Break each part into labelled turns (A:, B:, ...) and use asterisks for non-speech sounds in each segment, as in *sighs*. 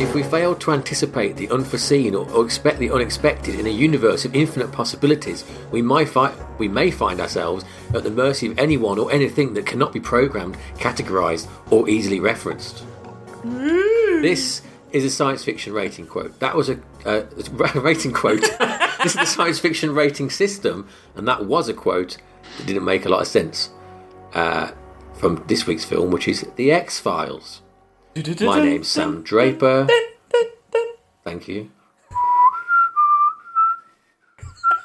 A: If we fail to anticipate the unforeseen or, or expect the unexpected in a universe of infinite possibilities, we, might fi- we may find ourselves at the mercy of anyone or anything that cannot be programmed, categorized, or easily referenced. This is a science fiction rating quote. That was a, uh, a *laughs* rating quote. this is the science fiction rating system, and that was a quote that didn't make a lot of sense uh, from this week's film, which is The X Files. My name's Sam Draper. Thank you.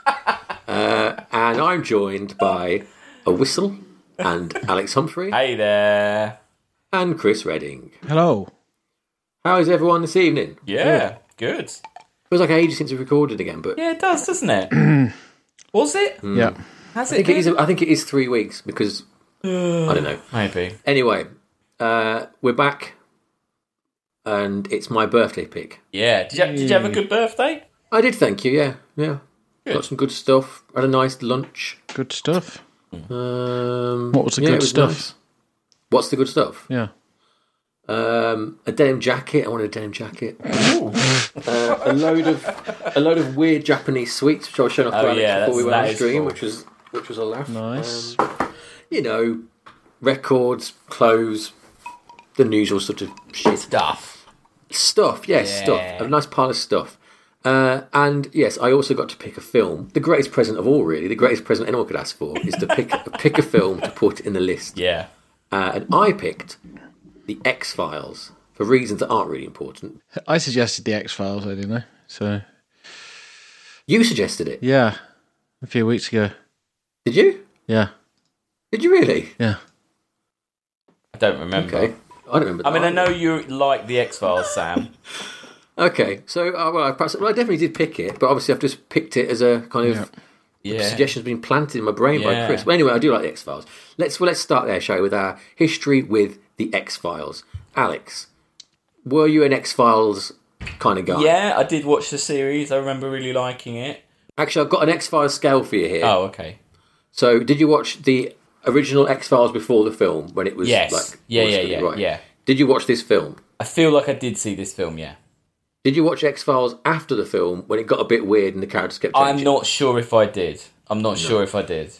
A: Uh, and I'm joined by a whistle and Alex Humphrey
B: Hey there.
A: and Chris Redding.
C: Hello.
A: How is everyone this evening?
B: Yeah, good.
A: Feels like ages since we recorded again, but
B: Yeah, it does, doesn't it? Was it?
C: Yeah.
B: Has
A: Hmm. I
B: it
A: think it is.
B: been?
A: I think it is three weeks because I don't know.
B: Maybe.
A: Anyway, uh, we're back, and it's my birthday pick.
B: Yeah. Did you, did you have a good birthday?
A: I did thank you. Yeah, yeah.
B: Good.
A: Got some good stuff. Had a nice lunch.
C: Good stuff.
A: Um,
C: What was the
A: yeah,
C: good
A: it
C: stuff?
A: nice. What's the good stuff?
C: Yeah.
A: Um, a denim jacket. I wanted a denim jacket. uh, a load of a load of weird Japanese sweets, which I was showing off to
B: Oh,
A: Alex
B: yeah,
A: before we
B: that's-
A: went on
B: that is
A: stream,
B: cool.
A: which was which was a laugh.
C: Nice.
A: Um, you know, records, clothes, the usual sort of shit.
B: Stuff.
A: Stuff, yes,
B: Yeah.
A: stuff. A nice pile of stuff. Uh, and yes, I also got to pick a film. The greatest present of all, really, the greatest present anyone could ask for is to pick pick a film to put in the list.
B: Yeah.
A: Uh, and I picked the X Files for reasons that aren't really important.
C: I suggested the X Files, I didn't I? So
A: You suggested it,
C: yeah, a few weeks ago.
A: did you?
C: Yeah.
A: Did you really?
C: Yeah.
B: I don't remember.
A: Okay, I don't remember.
B: I mean, I
A: that.
B: know you like the X
A: *laughs*
B: Files, Sam.
A: Okay, so uh, well, I perhaps, well, I definitely did pick it, but obviously I've just picked it as a kind of
B: Yeah.
A: suggestion's been planted in my brain by
B: Yeah.
A: Chris. But anyway, I do like the X Files. Let's well, let's start there, shall we, with our history with the X Files. Alex, were you an X Files kind of guy?
B: Yeah, I did watch the series. I remember really liking it.
A: Actually, I've got an X Files scale for you here.
B: Oh, okay.
A: So, did you watch the original X Files before the film when it was
B: Yes.
A: like
B: Yeah, yeah,
A: originally,
B: yeah,
A: right?
B: yeah.
A: Did you watch this film?
B: I feel like I did see this film, yeah.
A: Did you watch X Files after the film when it got a bit weird and the characters kept changing?
B: I'm not sure if I did. I'm not sure if I did.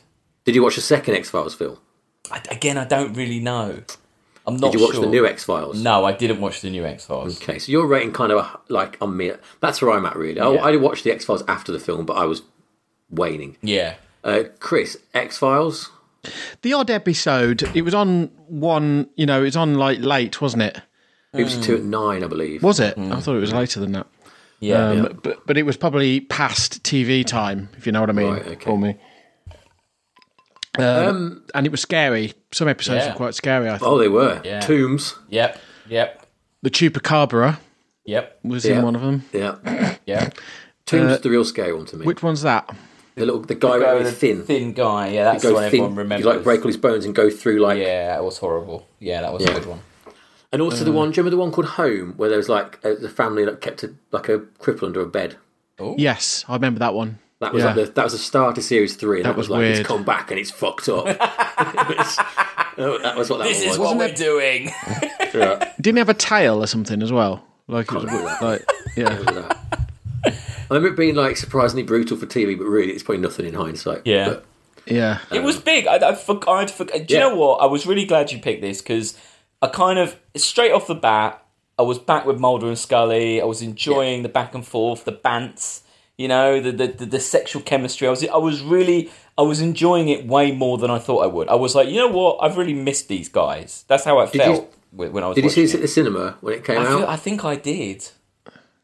A: Did you watch the second X Files film?
B: I, again, I don't really know. I'm not
A: Did you watch
B: sure.
A: the new X Files?
B: No, I didn't watch the new X Files.
A: Okay, so you're rating kind of a, like on me. That's where I'm at, really. I,
B: Yeah.
A: I watched the X Files after the film, but I was waning.
B: Yeah.
A: Uh, Chris, X Files.
C: The odd episode. It was on one. You know, it was on like late, wasn't it?
A: It
B: Hmm.
A: was two at nine, I believe.
C: Was it? I thought it
A: Mm.
C: was later than that.
B: Yeah.
C: Um, But but it was probably past TV time, if you know what I mean.
A: Right, okay.
C: For me. Um, and it was scary. Some episodes
B: Yeah.
C: were quite scary. I thought
A: Oh, they were
B: Yeah.
A: tombs.
B: Yep. Yep.
C: the Chupacabra
B: Yep.
C: was
A: Yeah.
C: in one of them.
A: Yeah,
B: Yep.
A: tombs is the real scary one to me.
C: Which one's that?
A: the little the Uh, guy with the thin,
B: Thin guy. Yeah, that's the
A: go
B: one everyone
A: thin.
B: remembers.
A: You like break all his bones and go through like.
B: Yeah, that was horrible. Yeah, that was
A: Yeah.
B: a good one.
A: And also
B: Mm.
A: the one. Do you remember the one called Home, where there was like a, the family that kept a, like a cripple under a bed.
C: Yes, I remember that one.
A: That was
C: Yeah.
A: like the, that was the start of series three. And that,
C: That
A: was,
C: was
A: like
C: weird.
A: it's come back and it's fucked
B: *laughs*
A: up. *laughs* It's- oh, that was what that
B: This
A: one
B: is
A: was.
B: what we're doing.
A: Yeah.
C: Didn't it have a tail or something as well. Like, it was a bit, like yeah,
A: I remember it being like surprisingly brutal for TV, but really it's probably nothing in hindsight.
B: Yeah.
A: But
C: yeah.
B: *laughs* It was big. I, I forg I'd forg Do you
A: Yeah.
B: know what? I was really glad you picked this because I kind of straight off the bat, I was back with Mulder and Scully. I was enjoying the back and forth, the bants, you know, the the, the the sexual chemistry. I was I was really I was enjoying it way more than I thought I would. I was like, you know what? I've really missed these guys. That's how I
A: you-
B: felt whe- when I was.
A: did you see
B: watching
A: this at
B: it.
A: the cinema when it came
B: I,
A: out?
B: feel, I think I did.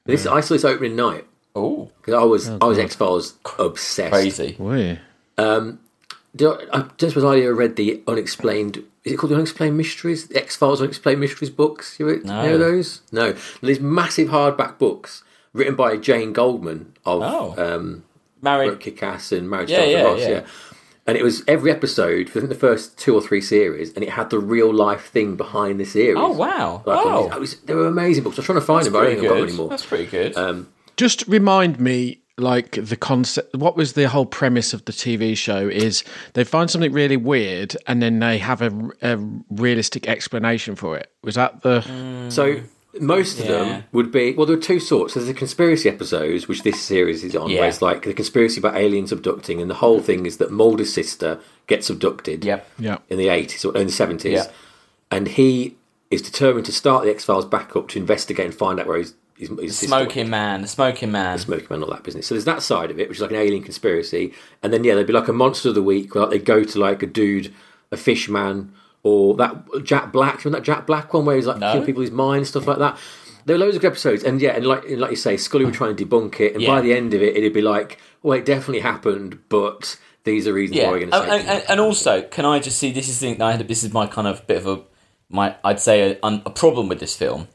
A: this I saw this opening night
B: Oh,
A: because I was I was X Files obsessed.
B: crazy!
C: Wee.
A: Did I, I just was earlier read the unexplained. Is it called the Unexplained Mysteries? The X Files Unexplained Mysteries books. You
B: No.
A: know those? No. These massive hardback books written by Jane Goldman of
B: Oh.
A: um,
B: Married.
A: Brooke Kick-Ass and Marriage
B: Yeah,
A: to
B: yeah,
A: Ross, yeah.
B: yeah.
A: And it was every episode for I think, the first two or three series, and it had the real life thing behind the series.
B: Oh wow!
A: Like,
B: wow.
A: it was, they were amazing books. I was trying to find them, but I don't
B: pretty
A: think I've got them
B: good.
A: anymore. Um,
B: That's pretty good.
C: Just remind me, like the concept. What was the whole premise of the TV show? Is they find something really weird
B: Mm.
C: and then they have a, a realistic explanation for it. Was that the?
A: So most of
B: Hmm. Yeah.
A: them would be well there are two sorts there's the conspiracy episodes which this series is on
B: Yeah.
A: where it's like the conspiracy about aliens abducting and the whole thing is that mulder's sister gets abducted
B: Yep.
C: Yeah.
A: in the 80s or in the 70s
B: Yeah.
A: and he is determined to start the x-files back up to investigate and find out where his, his, his sister went.
B: Smoking man, the smoking man.
A: smoking man all that business so there's that side of it which is like an alien conspiracy and then yeah there'd be like a monster of the week where like, they go to like a dude a fish man or that jack black remember that jack black one where he's like
B: No.
A: killing people's minds stuff like that there were loads of good episodes and yeah and like and like you say scully would try and debunk it and
B: Yeah.
A: by the end of it it'd be like well it definitely happened but these are reasons
B: yeah,
A: why we're going
B: and,
A: to say it
B: and,
A: didn't
B: and, and also, can I just see this is the thing that I had? This is my kind of bit of a my I'd say a, a problem with this film.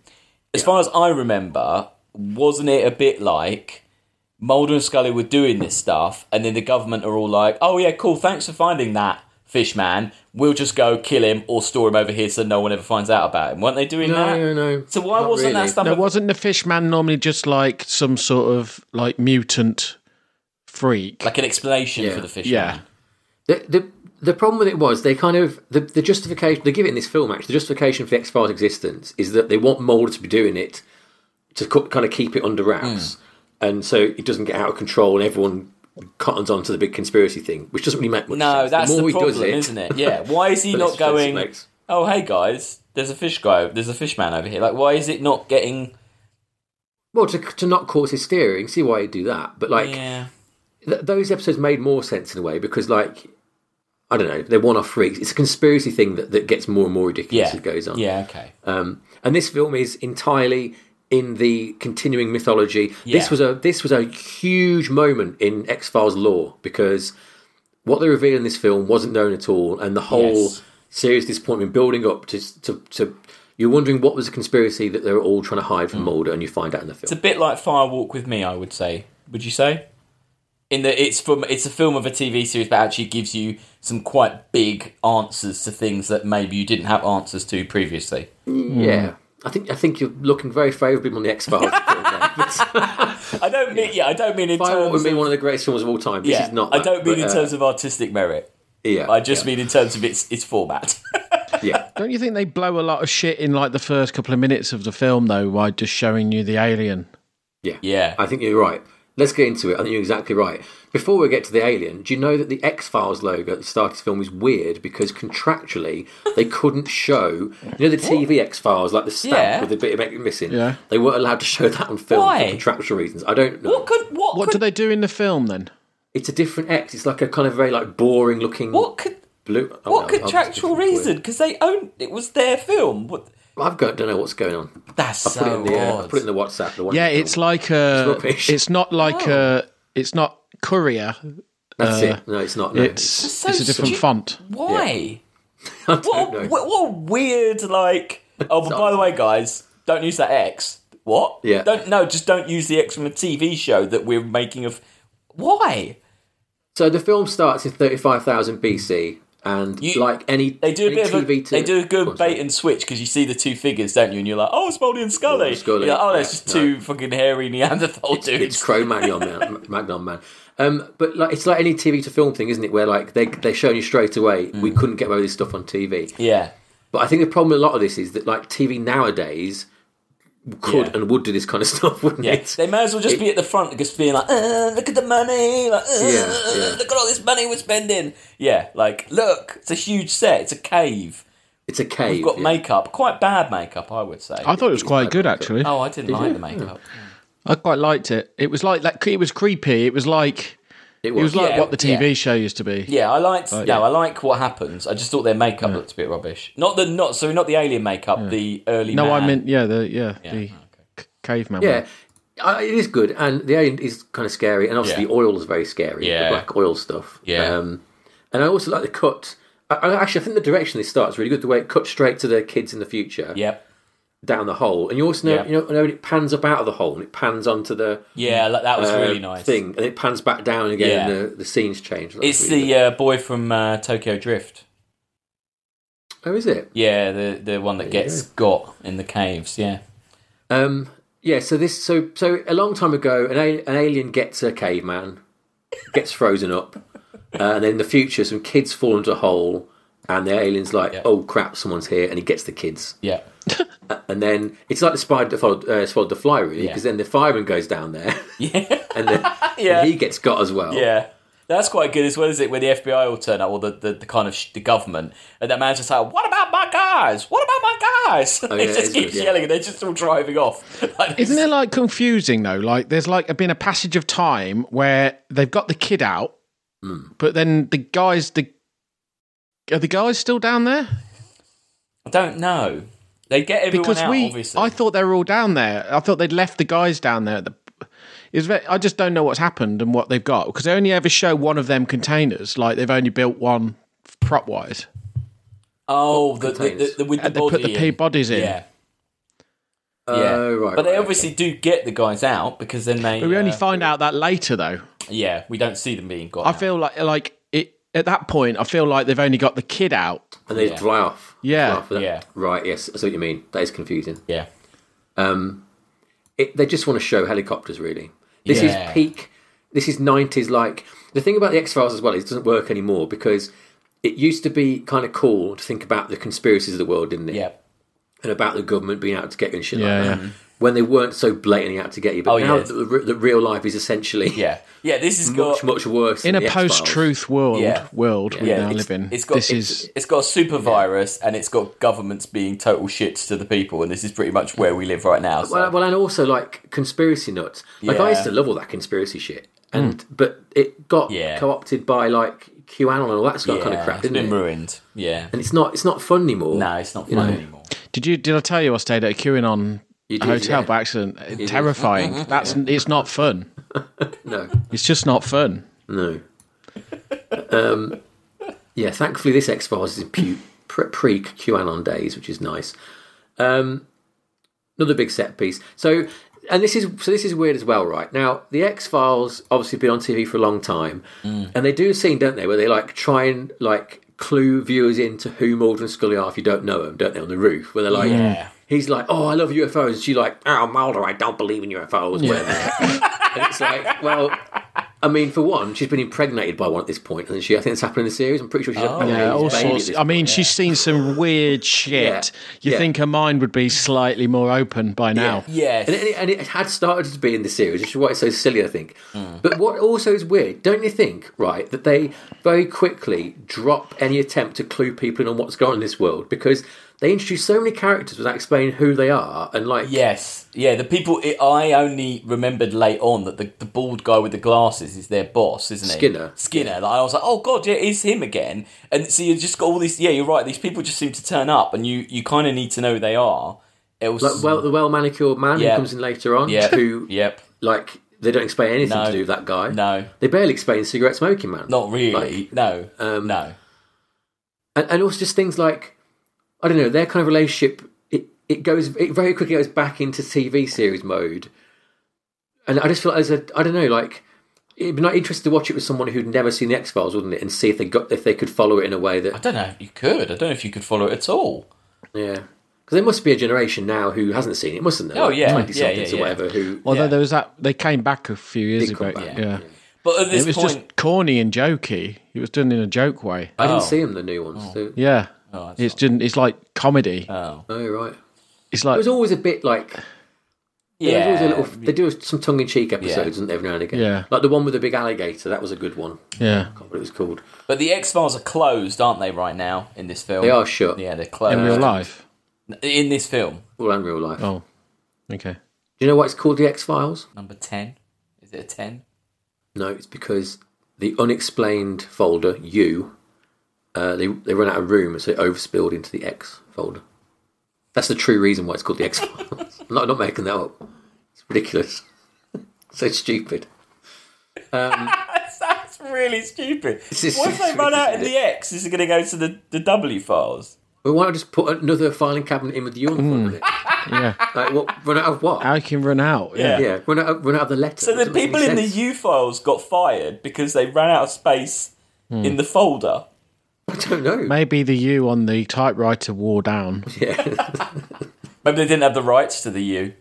B: As far as I remember, wasn't it a bit like Mulder and Scully were doing this stuff, and then the government are all like, "Oh yeah, cool, thanks for finding that fish man. We'll just go kill him or store him over here so no one ever finds out about him." weren't they doing
A: No,
B: that?
A: no, no.
B: So why
A: Not
B: wasn't
A: really.
B: that stuff?
C: Now, wasn't the fish man normally just like some sort of like mutant freak?
B: like an explanation
A: Yeah.
B: for the fish
C: yeah.
B: man.
A: The, the the problem with it was they kind of the, the justification they give it in this film actually the justification for the X Files existence is that they want Mulder to be doing it to co- kind of keep it under wraps,
B: Hmm.
A: and so it doesn't get out of control and everyone cottons on to the big conspiracy thing, which doesn't really make much
B: No,
A: sense.
B: that's
A: more
B: the,
A: he
B: problem,
A: does it,
B: isn't
A: *laughs*
B: it? Yeah. Why is he
A: the
B: not
A: less sense it
B: going?
A: makes.
B: Oh, hey guys, there's a fish guy. There's a fish man over here. Like, why is it not getting?
A: Well, to, to not cause hysteria, you can see why he'd do that. But like
B: Yeah.
A: th- those episodes made more sense in a way because like I don't know, they're one-off freaks. It's a conspiracy thing that, that gets more and more ridiculous
B: Yeah.
A: as it goes on.
B: Yeah. Okay.
A: Um, and this film is entirely in the continuing mythology.
B: Yeah.
A: This was a this was a huge moment in X Files lore because what they reveal in this film wasn't known at all, and the whole
B: Yes.
A: serious disappointment building up to to. to you're wondering what was the conspiracy that they were all trying to hide
B: Mm.
A: from Mulder, and you find out in the film.
B: It's a bit like Fire Walk with Me. I would say. Would you say? In that it's from it's a film of a TV series, but actually gives you some quite big answers to things that maybe you didn't have answers to previously.
A: Yeah, I think I think you're looking very favourably on the X
B: *laughs*
A: Files.
B: I don't mean yeah. I don't mean in
A: Firewalk would
B: terms
A: be
B: of
A: one of the greatest films of all time. This
B: yeah.
A: is not.
B: I
A: that,
B: don't mean
A: but,
B: in
A: uh,
B: terms of artistic merit.
A: Yeah,
B: I just
A: yeah,
B: mean in terms of its its format. *laughs*
A: yeah.
C: Don't you think they blow a lot of shit in like the first couple of minutes of the film though, by just showing you the alien?
A: Yeah.
B: Yeah.
A: I think you're right. Let's get into it. I think you're exactly right. Before we get to the alien, do you know that the X Files logo at the start of this film is weird because contractually they couldn't show you know the TV X Files like the stamp
B: Yeah.
A: with the bit of it missing.
C: Yeah.
A: They weren't allowed to show that on film
B: Why?
A: for contractual reasons. I don't know.
B: what could what,
C: What
B: could
C: do they do in the film then?
A: It's a different X. It's like a kind of very like boring looking
B: what could
A: blue. oh, no,
B: What
A: I've- I've just
B: contractual
A: looked at it.
B: reason? Because they own it was their film. What?
A: I've got don't know what's going on.
B: That's
A: I put it
B: so
A: in the uh, I
B: odd.
A: put it in the WhatsApp. The one
C: Yeah,
A: in the
C: it's
A: film.
C: like a
A: It's rubbish.
C: it's not like a it's not courier.
A: that's
C: uh,
A: it. No, it's not. No.
C: It's
B: so
C: it's a different
B: stu-
C: font.
B: Why?
A: *laughs* I
B: What,
A: don't
B: a-
A: know.
B: what? What a
A: *laughs*
B: weird like? Oh, but by the way, guys, don't use that X. What?
A: Yeah.
B: Don't no. Just don't use the X from a TV show that we're making of. Why?
A: So the film starts in 35,000 BC, and
B: You-
A: like any
B: They do a
A: any
B: bit of a,
A: TV
B: they do a
A: Go on,
B: good
A: sorry.
B: bait and switch because you see the two figures, don't you? And you're like, oh, it's Mulder and Scully.
A: and Scully,
B: You're like, oh, that's
A: yeah,
B: just two fucking hairy Neanderthal dudes.
A: It's Cro-Magnon man, Magnon man. Um, but like it's like any TV to film thing, isn't it? Where like they they're showing you straight away.
B: Mm.
A: We couldn't get away with this stuff on TV.
B: yeah.
A: But I think the problem with a lot of this is that like TV nowadays could
B: Yeah.
A: and would do this kind of *laughs* stuff, wouldn't
B: Yeah,
A: it?
B: they may as well just be at the front, just being like, uh, "Look at the money! Like, uh,
A: Yeah, yeah.
B: Look at all this money we're spending!" Yeah, like, look, it's a huge set. It's a cave.
A: It's a cave.
B: You've got
A: yeah.
B: makeup, quite bad makeup, I would say.
C: I thought it was quite
A: bad,
C: good
A: but-
C: actually.
B: oh, I didn't like the makeup.
C: I quite liked it. It was like that. It was creepy. It was like
A: It
C: it was like
B: Yeah,
C: what the TV
B: yeah.
C: show used to be.
B: Yeah, I liked.
C: yeah.
B: No, I like what happens. I just thought their makeup looked a bit rubbish. Not the not so not the alien makeup, the early.
C: no,
B: man.
C: I meant yeah, the yeah, the
B: okay.
C: c- caveman.
A: Yeah,
C: one.
A: I, it is good, and the alien is kind of scary, and obviously
B: Yeah.
A: the oil is very scary,
B: Yeah.
A: the black oil stuff.
B: Yeah.
A: um, and I also like the cut. I, I actually I think the direction they start is really good. The way it cuts straight to the kids in the future,
B: Yep.
A: down the hole, and you also know
B: Yeah.
A: you know, know it pans up out of the hole and it pans onto the
B: Yeah, like, that was
A: uh,
B: really nice.
A: thing, and it pans back down again,
B: Yeah.
A: and the, the scenes change. That was
B: It's
A: really
B: the uh, boy from uh, Tokyo Drift.
A: good. oh, is it?
B: Yeah, the the one that
A: There you
B: gets got in the caves. Yeah.
A: Um, yeah. So this so so a long time ago, an, a- an alien gets a *laughs* caveman, gets frozen up, uh, and then in the future, some kids fall into a hole. and the alien's like,
B: Yeah.
A: "Oh crap, someone's here," and he gets the kids.
B: Yeah. *laughs*
A: And then it's like the spider that followed, uh, swallowed the fly, really,
B: Yeah.
A: because then the fireman goes down there,
B: *laughs* Yeah.
A: and
B: *laughs*
A: then
B: Yeah.
A: and he gets got as well.
B: Yeah. That's quite good as well, is it? Where the FBI will turn up, or the, the, the kind of sh- the government, and that man's just like, "What about my guys? What about my guys?" *laughs* they
A: Oh, yeah,
B: just
A: it's good,
B: keep
A: yeah.
B: yelling, and they're just all driving off. *laughs* Like,
C: Isn't it like confusing though? Like there's like been a passage of time where they've got the kid out, but then the guys the are the guys still down there?
B: I don't know. They get everyone
C: Because
B: out,
C: we,
B: obviously.
C: I thought they were all down there. I thought they'd left the guys down there. At the, it's ve- I just don't know what's happened and what they've got because they only ever show one of them containers. Like they've only built one prop wise.
B: oh, the, the,
A: Containers.
B: the, the- with the
C: And they
B: body.
C: put the pea
B: in.
C: bodies in.
B: Yeah,
A: Oh,
B: yeah.
A: right.
B: but they
A: right,
B: obviously do get the guys out because then they.
C: But we only
B: uh,
C: find out that later though.
B: yeah, we don't see them being got.
C: I
B: out.
C: feel like like it at that point. I feel like they've only got the kid out.
A: okay. and they
B: yeah.
A: fly off.
C: Yeah.
A: Fly off with that.
B: Yeah.
A: Right. Yes, I see what you mean. That is confusing.
B: yeah,
A: it, they just want to show helicopters really this
B: Yeah.
A: is peak this is 90s like the thing about the x-files as well is it doesn't work anymore because it used to be kind of cool to think about the conspiracies of the world didn't it
B: yeah.
A: and about the government being out to get you and shit
C: Yeah,
A: like that
C: yeah.
A: when they weren't so blatantly out to get you but
B: Oh,
A: now
B: yeah.
A: that, re- that real life is essentially
B: Yeah, yeah. This has
A: much
B: got
A: much worse
C: in
A: than
C: a
A: the X-Files.
C: post-truth world
B: Yeah.
C: world we now
B: it's-
C: live in.
B: It's got
C: this
B: it's,
C: is
B: it's got a super virus and it's got governments being total shits to the people, and this is pretty much where we live right now. So.
A: well, well and also like conspiracy nuts like i
B: Yeah. Hmm.
A: used to love all that conspiracy shit and but it got
B: Yeah.
A: co-opted by like qanon and all that sort of kind
B: Yeah,
A: of crap
B: it's
A: didn't
B: been
A: it
B: ruined. Yeah,
A: and it's not it's not fun anymore.
B: no, it's not
A: You
B: fun
A: know.
B: anymore.
C: Did you? Did I tell you I stayed at a QAnon
A: You did,
C: hotel
A: yeah.
C: by accident? Terrifying.
A: *laughs*
C: That's it's not fun.
A: no,
C: It's just not fun.
A: no. um, yeah, thankfully this X Files is in pu- pre- pre QAnon days, which is nice. Um, another big set piece. So, and this is so this is weird as well, right? Now the X Files obviously been on TV for a long time,
C: Mm.
A: and they do a scene, don't they, where they like try and like clue viewers into who Mulder and Scully are if you don't know them, don't they? On the roof, where they're like.
B: Yeah.
A: He's like, oh, I love UFOs. And she's like, oh, Mulder, I don't believe in UFOs.
C: *laughs*
A: Whatever. and it's like, well, I mean, for one, she's been impregnated by one at this point, and she I think it's happened in the series. I'm pretty sure she's had
B: Yeah,
C: Oh, Yeah,
A: a
C: all
A: baby at
C: sorts.
A: this
C: I mean, she's seen some
A: *laughs*
C: weird
A: Yeah.
C: shit. You
A: Yeah.
C: think her mind would be slightly more open by now?
B: Yes,
A: And it, and it had started to be in the series, which is why it's so silly, I think. But what also is weird, don't you think, right, that they very quickly drop any attempt to clue people in on what's going on in this world because they introduce so many characters without explaining who they are and like
B: yes, yeah. The people it, I only remembered late on that the, the bald guy with the glasses is their boss, isn't he?
A: Skinner.
B: Skinner. Like, I was like, oh god, yeah, it's him again. And so you just got all these. Yeah, you're right. These people just seem to turn up, and you you kind of need to know who they are. It was
A: like, well the well manicured man
B: Yeah.
A: who comes in later on *laughs*
B: yeah,
A: who
B: yep.
A: like they don't explain anything
B: No.
A: to do with that guy.
B: No,
A: They barely explain cigarette smoking man.
B: not really.
A: Like,
B: no,
A: um,
B: no.
A: and, and also just things like I don't know their kind of relationship. It it goes it very quickly goes back into TV series mode, and I just feel like there's a I don't know like it'd be not interesting to watch it with someone who'd never seen the X Files, wouldn't it? And see if they got if they could follow it in a way
B: I
A: that
B: don't know if you could. I don't know if you could follow it at all.
A: yeah. Because there must be a generation now who hasn't seen it, mustn't there?
B: Oh, yeah.
A: twenty
B: Yeah, yeah,
A: somethings
B: yeah.
A: or whatever. Who
C: Although
B: Yeah.
C: there was that they came back a few years
A: Did
C: ago.
A: come back,
C: yeah.
A: yeah.
B: But at
C: It
B: this
C: was
B: point,
C: just corny and jokey. It was done in a joke way.
A: I didn't
B: Oh.
A: see them the new ones. so-
C: Yeah.
B: that's
C: it's didn't. It's like comedy.
B: oh,
A: oh right, it
C: it's like
A: was always a bit like
B: yeah,
A: There's always a little, they do some tongue in cheek
B: Yeah.
A: episodes, don't they, every now and again?
C: Yeah.
A: Like the one with the big alligator, that was a good one. I
C: yeah.
A: can't remember what it was called.
B: But the X Files are closed, aren't they? Right now in this film,
A: They are shut,
B: Yeah, they're closed
C: In
A: Uh,
C: real life.
B: In this film,
A: all in real life.
C: Oh.
A: *laughs*
C: Okay.
A: Do you know why it's called the X Files?
B: number ten. Is it a ten?
A: No, it's because the unexplained folder, U, uh, they, they run out of room, so it overspilled into the X folder. That's the true reason why it's called the X Files. *laughs* I'm not, not making that up. It's ridiculous. *laughs* so stupid.
B: That's really stupid. What
A: is-
B: if they run out in the X? Is it going to go to the, the W files?
A: Well, why not just put another filing cabinet in with the U on the
B: Mm.
A: front of it?
C: Yeah.
A: Like, what, run out of what?
C: How you can run out?
B: Yeah.
C: Yeah.
A: yeah, run out of, run out of the letter.
B: So
A: It
B: the
A: doesn't make
B: people
A: any
B: in the
A: sense.
B: U files got fired because they ran out of space
A: Hmm.
B: in the folder.
A: *laughs* I don't know.
C: Maybe the U on the typewriter wore down.
A: Yeah,
B: Maybe they didn't have the rights to the U.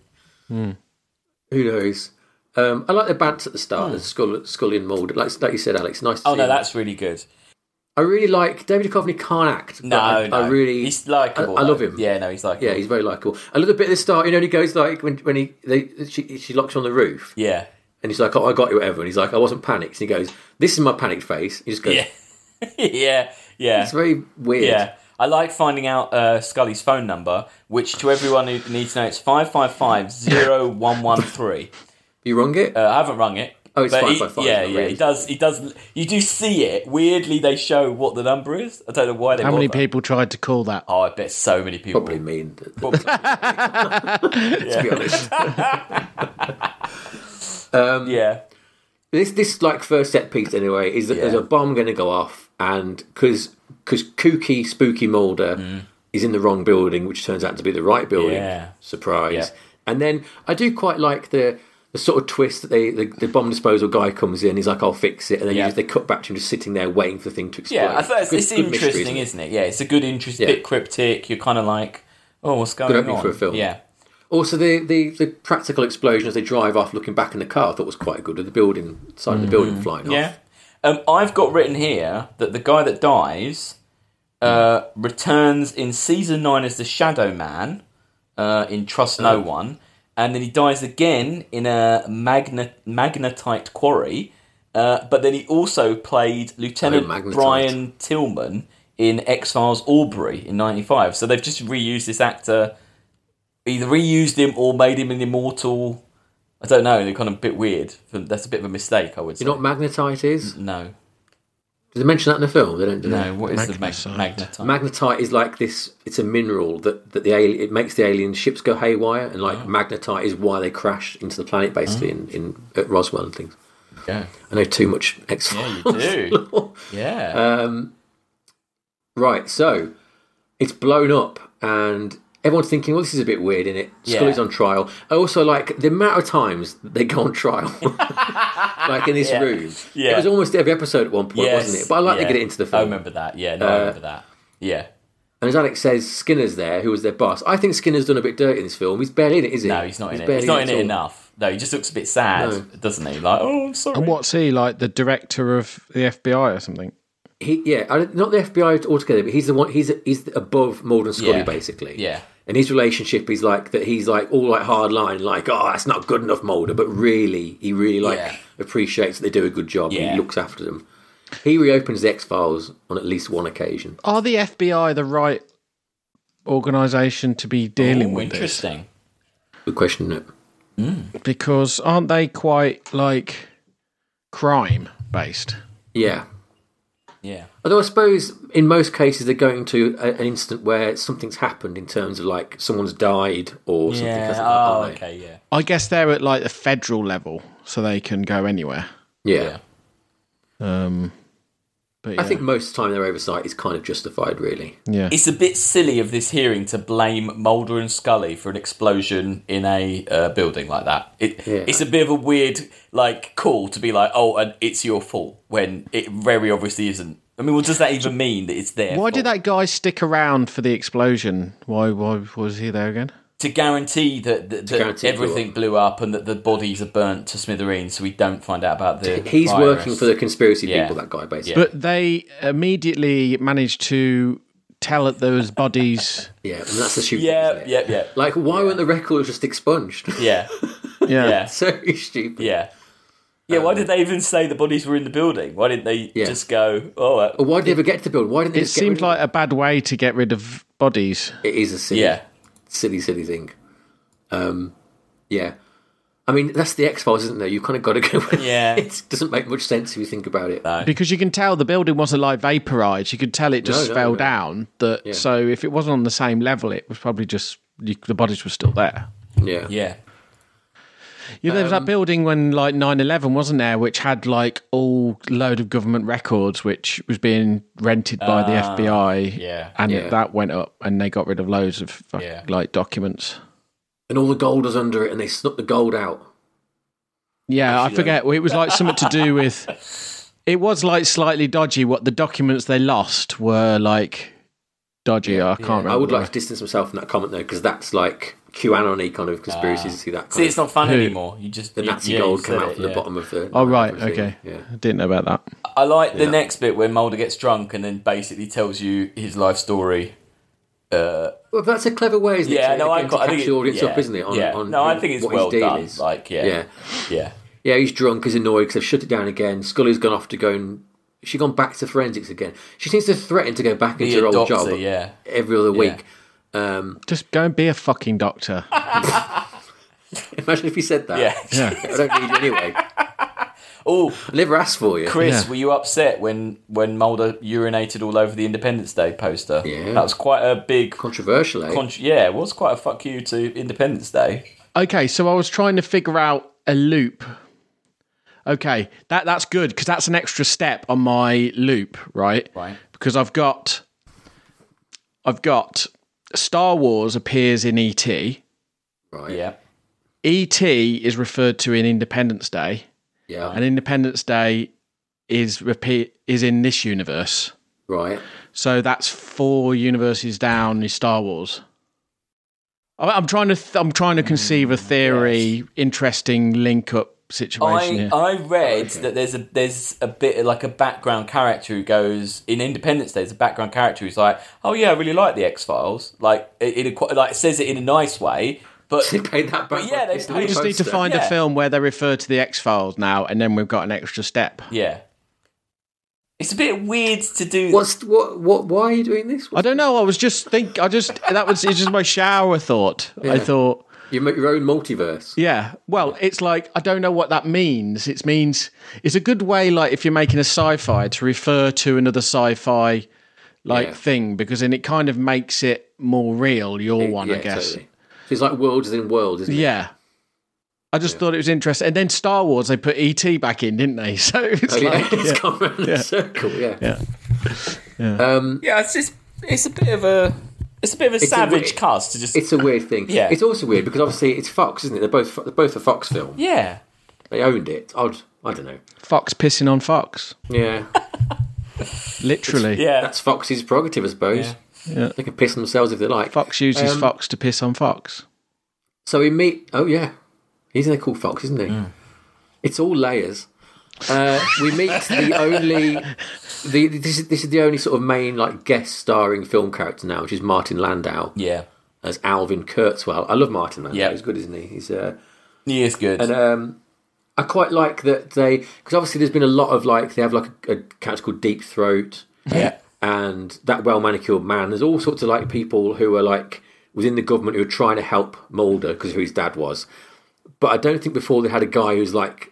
A: who knows? Um, I like the banter at the start, the Scully, Scully and Mulder. Like, like you said, Alex, nice. To
B: Hmm. Oh
A: see
B: no,
A: them.
B: that's really good.
A: I really like David Duchovny can't act. but
B: No,
A: I,
B: no.
A: I really
B: he's likable.
A: I, I love
B: though.
A: him.
B: Yeah, no, he's likable.
A: yeah, he's very likable. I love the bit at the start. You know, when he goes like when when he they she she locks on the roof
B: yeah,
A: and he's like, "Oh, I got you, whatever." And he's like, "I wasn't panicked." And he goes, "This is my panicked face." He just goes,
B: yeah, yeah, yeah.
A: "It's very weird."
B: Yeah, I like finding out uh, Scully's phone number, which to everyone who needs to know, it's five five five zero one one three.
A: You rung it.
B: Uh, I haven't rung it.
A: Oh, it's
B: but he-
A: 555,
B: Yeah,
A: not
B: yeah.
A: really.
B: He does. He does. You do see it. Weirdly, they show what the number is. I don't know why they.
C: How many
B: bother.
C: people tried to call that?
B: Oh, I bet so many people.
A: Probably mean. To *laughs*
B: Probably.
A: be honest,
B: yeah.
A: this this like first set piece anyway is that
B: Yeah.
A: there's a bomb going to go off, and because because kooky spooky Mulder is in the wrong building, which turns out to be the right building.
B: Mm. Yeah.
A: Surprise!
B: Yeah.
A: And then I do quite like the. The sort of twist that they, the, the bomb disposal guy comes in, he's like, "I'll fix it," and then you
B: Yeah.
A: just, they cut back to him just sitting there waiting for the thing to explode.
B: Yeah, I thought it's,
A: Good-
B: it's
A: good mystery,
B: interesting,
A: isn't it?
B: isn't it? Yeah, it's a good interest. Bit cryptic. You're kind of like, oh, what's going
A: opening
B: on?
A: for a film.
B: Yeah,
A: Also, the, the, the practical explosion as they drive off, looking back in the car, I thought was quite good. With the building side of the building flying
B: Mm. yeah.
A: off.
B: Um, I've got written here that the guy that dies uh, returns in season nine as the Shadow Man uh, in Trust
A: Oh.
B: No One, and then he dies again in a magna- magnetite quarry. Uh, but then he also played Lieutenant
A: Oh, magnetite.
B: Brian Tillman in X Files Aubrey in '95. So they've just reused this actor, either reused him or made him an immortal. I don't know. They're kind of a bit weird. That's a bit of a mistake, I would say.
A: You know what magnetite is? Did
B: No,
A: they mention that in the film? They don't do
B: no. What is the
C: Magnetite.
B: mag- magnetite?
A: Magnetite is like this. It's a mineral that, that the alien, it makes the alien ships go haywire, and like
B: Mm.
A: magnetite is why they crash into the planet basically in, in at Roswell and things.
B: yeah,
A: I know too much X Files. *laughs*
B: you
A: Uh,
B: do. *laughs* yeah,
A: Right, so it's blown up, and everyone's thinking, well, this is a bit weird, isn't it? Scully's
B: Yeah.
A: on trial. I also like the amount of times they go on
B: *laughs*
A: trial, like in this
B: Yeah.
A: room. It
B: Yeah.
A: was almost every episode at one point,
B: yes,
A: wasn't it? But I like
B: yeah. Oh,
A: to get it into the
B: I
A: film. Uh,
B: remember that. Yeah, no, I remember that. Yeah,
A: And as Alex says, Skinner's there, who was their boss. I think Skinner's done a bit dirty in this film. He's barely in it, is he?
B: no, he's not in it.
A: barely
B: He's not in
A: at
B: it
A: all.
B: enough. No, he just looks a bit sad, doesn't he? Like, oh, I'm sorry.
C: And what's he like? The director of the FBI or something?
A: He, yeah, I don't- not the FBI altogether, but he's the one. He's he's above Mulder and Scully
B: Yeah.
A: basically.
B: Yeah.
A: And his relationship is like that. He's like all like hard line, like oh, that's not good enough, Mulder. But really, he really like
B: Yeah.
A: appreciates that they do a good job.
B: Yeah.
A: He looks after them. He reopens the X Files on at least one occasion.
C: Are the FBI the right organization to be dealing
B: Ooh,
C: with this?
B: Oh, interesting.
A: Good question. isn't it?
C: because aren't they quite like crime based?
A: Yeah.
B: Yeah,
A: Although I suppose in most cases they're going to a, an instant where something's happened in terms of like someone's died or something.
B: yeah.
A: hasn't-
B: Oh,
A: aren't they?
B: okay, yeah,
C: I guess they're at like the federal level, so they can go anywhere.
A: Yeah.
B: yeah,
C: Um, but yeah,
A: I think most of the time their oversight is kind of justified, really.
C: yeah.
B: It's a bit silly of this hearing to blame Mulder and Scully for an explosion in a uh, building like that. It,
A: Yeah.
B: It's a bit of a weird like call to be like, oh, and it's your fault when it very obviously isn't. I mean, what does that even mean that it's there?
C: Why did that guy stick around for the explosion? Why? Why was he there again?
B: to guarantee that, that, that
A: guarantee it blew
B: everything blew up. and that the bodies are burnt to smithereens, so we don't find out about the.
A: He's
B: virus.
A: working for the conspiracy
B: Yeah.
A: people, that guy, basically.
C: But they immediately managed to tell that there was bodies.
A: Yeah, and that's the stupid.
B: Yeah,
A: thing, isn't it?
B: yeah, yeah,
A: Like, why weren't the records just expunged? *laughs*
B: yeah,
C: Yeah.
B: yeah,
A: so stupid.
B: yeah. Yeah, why did they even say the bodies were in the building? Why didn't they
A: Um, Yeah.
B: just go, oh, uh,
A: But why did they ever get to build? Why didn't they
C: It
A: just get
C: seemed
A: rid of
C: like a bad way to get rid of bodies.
A: it is a silly,
B: yeah,
A: silly, silly thing. Um, yeah, I mean that's the X Files, isn't there? You kind of got to go. *laughs* With
B: Yeah.
A: it. it doesn't make much sense if you think about it.
C: Because you can tell the building wasn't like vaporized. You could tell it just
A: No, no,
C: fell
A: no.
C: down. That so if it wasn't on the same level, it was probably just you, the bodies were still there.
A: Yeah,
B: yeah.
C: You know, there was
A: Um,
C: that building when like 9-11 wasn't there, which had like all load of government records, which was being rented by the FBI.
B: yeah.
C: and
A: Ah, Yeah.
C: that went up, and they got rid of loads of fuck-
B: Yeah.
C: like documents.
A: and all the gold was under it, and they snuck the gold out.
C: Yeah, I forget. It was like something to
A: *laughs*
C: do with. It was like slightly dodgy. What the documents they lost were like dodgy. I can't remember.
A: I would
C: the
A: like to distance myself from that comment though, because that's like QAnon kind of conspiracies to see that. Kind
B: See,
A: of,
B: it's not fun
C: Who?
B: anymore. You just
A: the
B: you-
A: Nazi
B: Ah. yeah, you
A: gold
B: said
A: come out
B: it,
A: from
B: yeah.
A: the bottom of the.
C: Oh right,
A: magazine.
C: okay.
A: Yeah.
C: I didn't know about that.
B: I like the next bit where Mulder gets drunk and then basically tells you his life story.
A: Well, that's a clever way, isn't
B: Yeah,
A: it? to-
B: no, I,
A: again,
B: quite-
A: to
B: I
A: catch
B: think
A: the
B: it-
A: audience
B: yeah.
A: up, isn't it? On,
B: yeah.
A: on
B: no, I
A: who-
B: think it's
A: what
B: well
A: his deal
B: done.
A: Is.
B: Like, yeah,
A: yeah,
B: yeah, yeah.
A: yeah. He's drunk, he's annoyed because they've shut it down again. Scully's gone off to go and she gone back to forensics again. She seems to threaten to go back into
B: Be a
A: her old
B: doctor,
A: job
B: yeah.
A: every other week. *laughs*
C: Just go and be a fucking doctor.
A: Imagine if you said that.
C: Yeah.
A: I don't need you
B: *laughs*
A: anyway. I
B: oh,
A: never asked for you.
B: *laughs* Chris,
C: Yeah.
B: were you upset when when Mulder urinated all over the Independence Day poster?
A: Yeah.
B: that was quite a big.
A: Controversial, eh?
B: Con- yeah, it was quite a fuck you to Independence Day.
C: Okay, so I was trying to figure out a loop. Okay, that that's good because that's an extra step on my loop, right?
B: Right.
C: Because I've got, I've got Star Wars appears in E ET.
A: right.
B: Yeah,
C: ET E is referred to in Independence Day,
A: Yeah.
C: and Independence Day is repeat is in this universe.
A: right. *laughs*
C: So that's four universes down is Star Wars. I- I'm trying to th- I'm trying to conceive
B: Mm,
C: a theory, interesting link up situation
B: I
C: here.
B: I read that there's a there's a bit like a background character who goes in Independence Day. There's a background character who's like, oh yeah, I really like the X Files. Like in a, qu- like says it in a nice way, but
A: *laughs* They paid that back.
B: yeah, they
A: It's the
B: paid-
C: we just need to
A: poster.
C: find
B: Yeah.
C: a film where they refer to the X Files now, and then we've got an extra step.
B: yeah, it's a bit weird to do.
A: What's what? What? Why are you doing this?
C: I don't know. I was just think. I just that was it's just my shower thought. I thought,
A: You make your own multiverse.
C: yeah. Well, it's like I don't know what that means. It means it's a good way, like if you're making a sci-fi, to refer to another sci-fi like
A: Yeah.
C: thing because then it kind of makes it more real. Your one, I
A: Yeah,
C: guess.
A: totally. So it's like worlds in worlds, isn't it? *laughs*
C: Yeah. I just thought it was interesting. And then Star Wars, they put ET back in, didn't they? *laughs* So it's
A: Oh, yeah.
C: like,
A: it's come around in a circle. Yeah.
C: Yeah.
A: Um,
B: Yeah, it's just it's a bit of a it's a bit of a
A: a
B: savage
A: weird-
B: cast to just
A: it's a weird thing.
B: Yeah.
A: It's also weird because obviously it's Fox, isn't it? They're both they're both a Fox film.
B: yeah.
A: They owned it. Odd. I don't know.
C: Fox pissing on Fox,
A: Yeah.
C: *laughs* literally.
B: Yeah,
A: That's Fox's prerogative, I suppose. They can piss themselves if they like.
C: Fox uses
A: Um,
C: Fox to piss on Fox.
A: So we meet. Oh yeah, he's in a cool fox, isn't he?
B: Mm.
A: It's all layers. Uh, we meet the only. The, this is this is the only sort of main like guest starring film character now, which is Martin Landau
B: yeah.
A: as Alvin Kurtzwell. I love Martin Landau.
B: Yeah.
A: He's good, isn't he? He's uh,
B: He is good.
A: and um, I quite like that they because obviously there's been a lot of like they have like a, a character called Deep Throat
B: yeah,
A: and that well manicured man. There's all sorts of like people who are like within the government who are trying to help Mulder because who his dad was. But I don't think before they had a guy who's like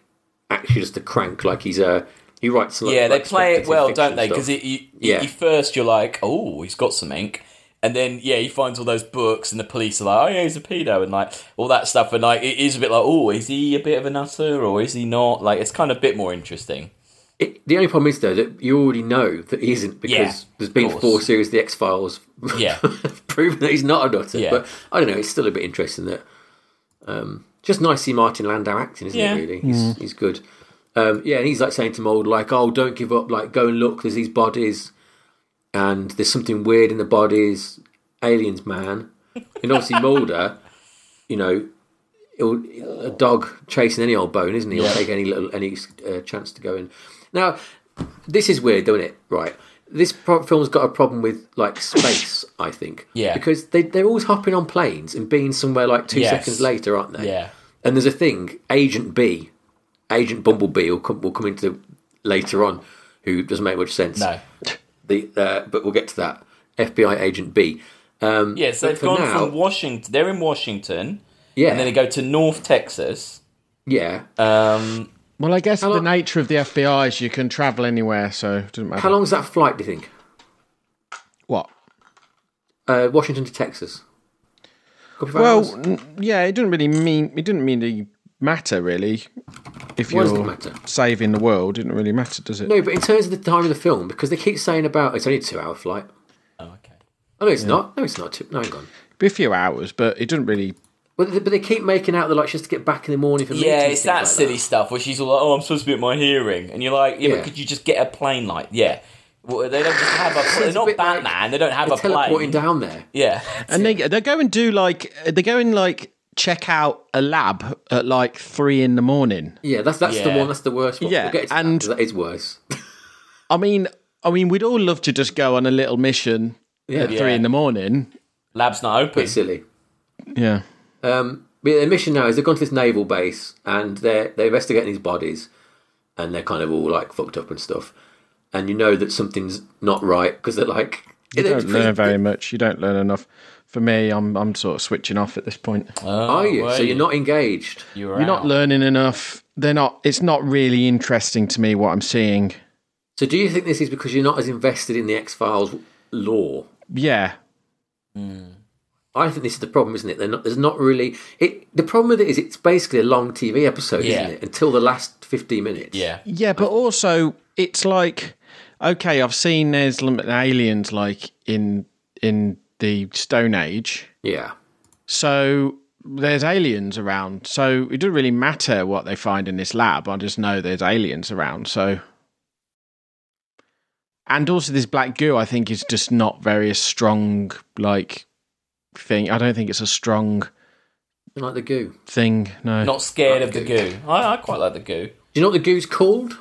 A: actually just a crank, like he's a he writes. Like,
B: yeah. They
A: like
B: play it
A: speculative
B: well,
A: fiction
B: don't they?
A: stuff.
B: Because
A: Yeah.
B: first you're like, oh, he's got some ink, and then yeah, he finds all those books, and the police are like, oh yeah, he's a pedo, and like all that stuff, and like it is a bit like, oh, is he a bit of a nutter or is he not? Like it's kind of a bit more interesting.
A: It- the only problem is though that you already know that he isn't because
B: Yeah,
A: there's
B: of
A: been
B: course.
A: four series of the X *laughs* Files,
B: Yeah.
A: proving that he's not a nutter.
B: Yeah.
A: But I don't know. It's still a bit interesting that. Um, just nice to see Martin Landau acting, isn't
B: Yeah.
A: it? Really, he's, he's good. Um, yeah, and he's like saying to Mold, like, "Oh, don't give up. Like, go and look. There's these bodies, and there's something weird in the bodies. Aliens, man." And
B: *laughs*
A: obviously Mulder, you know, it'll, a dog chasing any old bone, isn't he? He'll
B: Yeah.
A: take any little any uh, chance to go in. Now, this is weird, isn't it? Right. This pro- film's got a problem with like space, I think.
B: Yeah.
A: Because they they're always hopping on planes and being somewhere like two
B: Yes.
A: seconds later, aren't they?
B: Yeah.
A: And there's a thing, Agent B, Agent Bumblebee will come will come into later on, who doesn't make much sense.
B: No.
A: The uh, but we'll get to that. FBI Agent B. Um,
B: Yeah,
A: but
B: so they've
A: for
B: gone
A: now-
B: from Washington. They're in Washington,
A: yeah,
B: and then they go to North Texas.
A: yeah.
B: Um,
C: Well, I guess the
A: long-
C: nature of the FBI is you can travel anywhere, so it doesn't matter.
A: How long's that flight? Do you think?
C: What?
A: Uh, Washington to Texas. Couple of
C: Well,
A: hours?
C: n- yeah, it didn't really mean it didn't really matter really. If
A: Why does it
C: you're
A: matter?
C: saving the world, it didn't really matter, does it?
A: no, but in terms of the time of the film, because they keep saying about it's only a two-hour flight.
B: oh, okay.
A: Oh no, it's not. No, it's not. Two, no, hang on.
C: Be a few hours, but it didn't really.
A: But they, but they keep making out that like she has to get back in the morning for meetings,
B: Yeah, it's
A: things
B: that
A: like
B: silly stuff where she's all like, "Oh, I'm supposed to be at my hearing," and you're like, "Yeah,
A: Yeah.
B: but could you just get a plane?" Like, yeah, Well, they don't just have a. They're
A: It's a
B: not
A: bit like
B: Batman. they don't have a
A: teleporting
B: plane.
A: down there.
B: Yeah,
C: and they they go and do like they go and like check out a lab at like three in the morning.
A: Yeah, that's that's the
B: Yeah.
A: one. That's the worst one.
C: Yeah,
A: We'll get to that,
C: and-
A: 'cause that is worse. *laughs*
C: I mean, I mean, we'd all love to just go on a little mission at
A: Yeah.
C: three
B: Yeah.
C: in the morning.
B: lab's not open.
A: It's silly.
C: Yeah,
A: Um, but yeah, their mission now is they've gone to this naval base and they're they're investigating these bodies, and they're kind of all like fucked up and stuff, and you know that something's not right because they're like.
C: you
A: it's
C: don't
A: pretty-
C: learn very much. You don't learn enough. For me, I'm I'm sort of switching off at this point.
A: Are you?
B: were
A: So
B: you?
A: you're not engaged.
B: You're,
C: You're not learning enough. They're not. It's not really interesting to me what I'm seeing.
A: So do you think this is because you're not as invested in the X Files lore?
C: Yeah,
A: I think this is the problem, isn't it? They're not, there's not really. It, the problem with it is it's basically a long TV episode,
B: Yeah.
A: isn't it? Until the last 15 minutes.
B: Yeah,
C: yeah, but also it's like okay, I've seen there's l- aliens like in in the Stone Age,
A: Yeah.
C: so there's aliens around. So it doesn't really matter what they find in this lab. I just know there's aliens around. So. And also, this black goo, I think, is just not very strong, like, thing. I don't think it's a strong
A: Like the goo. Do
C: thing. No,
B: not scared of the goo. I, I quite like the goo.
A: you know what the goo's called?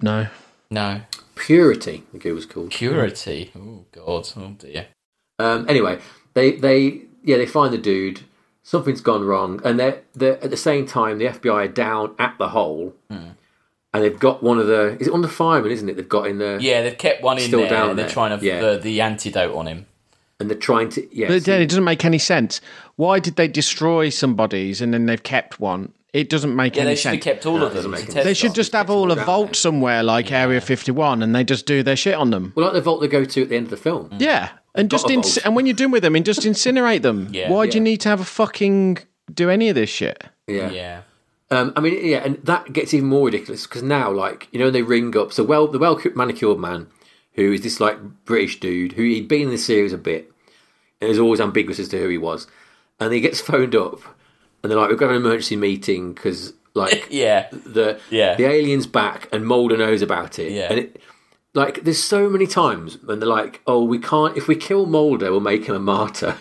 C: no.
B: No
A: Purity, the goo was called.
B: purity. Oh god. Oh dear.
A: Um, anyway, they they yeah they find the dude. Something's gone wrong, and they're they are at the same time the FBI are down at the hole,
B: Hmm.
A: and they've got one of the is it on the fireman, isn't it? They've got in there,
B: Yeah, they've kept one in
A: Still
B: there.
A: down
B: They're
A: there.
B: trying to
A: Yeah.
B: the, the antidote on him.
A: and they're trying to yeah.
C: But uh, then it doesn't make any sense. Why did they destroy somebody's and then they've kept one? It doesn't make
B: Yeah,
C: any
B: they should have
C: sense.
B: kept all of
A: doesn't
B: them.
A: make
B: to
A: any
B: test
C: They should
B: us.
C: just have all a
A: down
C: vault
A: there.
C: somewhere like Area 51 and they just do their shit on them.
A: well, like the vault they go to at the end of the
B: Hmm.
A: film.
C: Yeah. And just
A: a
C: in-
A: vault.
C: and when you're done with them,
B: *laughs*
C: and just incinerate them.
B: Yeah.
C: Why do you need to have a fucking do any of this shit?
A: Yeah,
B: Yeah.
A: Um, I mean, yeah, and that gets even more ridiculous because now, like, you know, they ring up. So, well, the well manicured man, who is this like British dude who he'd been in the series a bit, and it was always ambiguous as to who he was, and he gets *laughs* phoned up, and they're like, "We've got an emergency meeting because
B: *laughs*
A: like
B: Yeah.
A: the
B: Yeah.
A: the alien's back and Mulder knows about it.
B: Yeah.
A: And it, like, there's so many times when they're like, "Oh, we can't. If we kill Mulder, we'll make him a
B: *sighs*
A: martyr."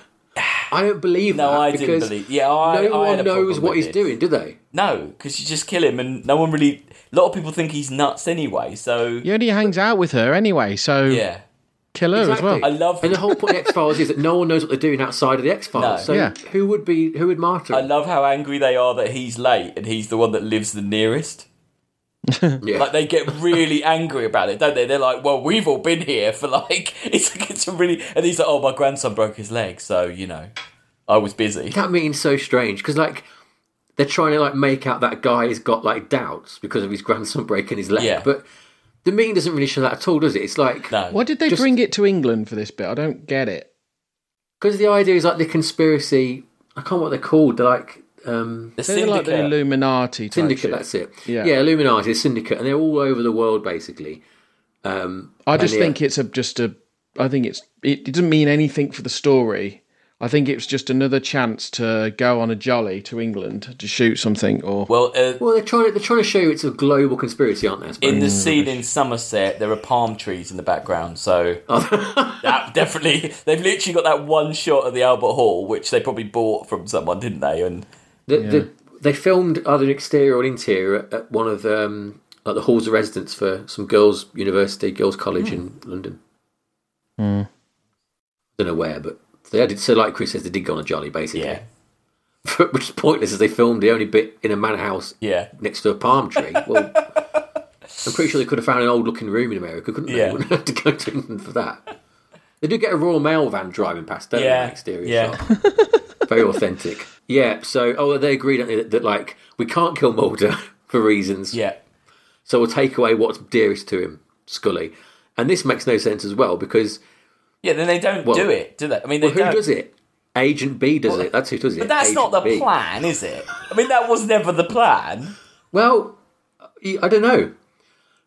A: I don't believe
B: No,
A: that
B: I didn't
A: because
B: believe- yeah,
A: no
B: I- I had
A: one
B: a
A: knows
B: problem
A: what
B: with
A: he's
B: this.
A: doing, do they?
B: No, because you just kill him, and no one really. A lot of people think he's nuts anyway. So
C: He only hangs out with her anyway, so
B: yeah,
C: kill her as
B: I
C: well.
B: love.
A: And the whole point of X Files is that no one knows what they're doing outside of the X Files.
B: No.
A: So
C: Yeah.
A: who would be who would martyr?
B: I
A: him?
B: love how angry they are that he's late and he's the one that lives the nearest.
A: yeah.
B: Like they get really angry about it, don't they? They're like, "Well, we've all been here for like *laughs* it's like it's a really." And he's like, "Oh, my grandson broke his leg, so you know, I was busy."
A: that meeting's so strange because like they're trying to like make out that guy has got like doubts because of his grandson breaking his leg,
B: Yeah.
A: but the meeting doesn't really show that at all, does it? It's like
B: No,
C: Why did they
A: Just-
C: bring it to England for this bit? I don't get it.
A: because the idea is like the conspiracy. I can't remember what they're called. They're like um,
B: the
C: They're like the
B: syndicate.
C: Illuminati type
A: syndicate.
C: shit.
A: That's it.
C: Yeah.
A: yeah, Illuminati, syndicate, and they're all over the world basically. Um,
C: I just
A: And, yeah.
C: think it's a just a. I think it's it, it doesn't mean anything for the story. I think it's just another chance to go on a jolly to England to shoot something or
B: well, uh,
A: well, they're trying to they're trying to show you it's a global conspiracy, aren't they? I suppose?
B: in the scene in Somerset, there are palm trees in the background, so
A: Oh.
B: *laughs* that definitely they've literally got that one shot at the Albert Hall, which they probably bought from someone, didn't they? And
A: The, the, they filmed either an exterior or an interior at, at one of um, like the halls of residence for some girls' university, girls' college in
B: Hmm.
A: London. Don't know where, but they did. So, like Chris says, they did go on a jolly, basically,
B: yeah,
A: *laughs* which is pointless as they filmed the only bit in a manor house
B: yeah,
A: next to a palm
B: *laughs*
A: tree. Well, I'm pretty sure they could have found an old-looking room in America, couldn't they?
B: Yeah.
A: They *laughs* Wouldn't have to go to England for that. They do get a Royal Mail van driving past, don't they?
B: yeah,
A: in the Exterior shot?
B: yeah.
A: very authentic. Yeah. So, oh, they agree don't they, that, that like we can't kill Mulder *laughs* for reasons.
B: *laughs* yeah.
A: So we'll take away what's dearest to him, Scully. And this makes no sense as well because
B: Yeah, then they don't do it, do they? I mean, they
A: who
B: don't.
A: does it? Agent B does it. That's who does it.
B: But that's not the
A: Agent B.
B: plan, is it? I mean, that was never the plan.
A: Well, I I don't know.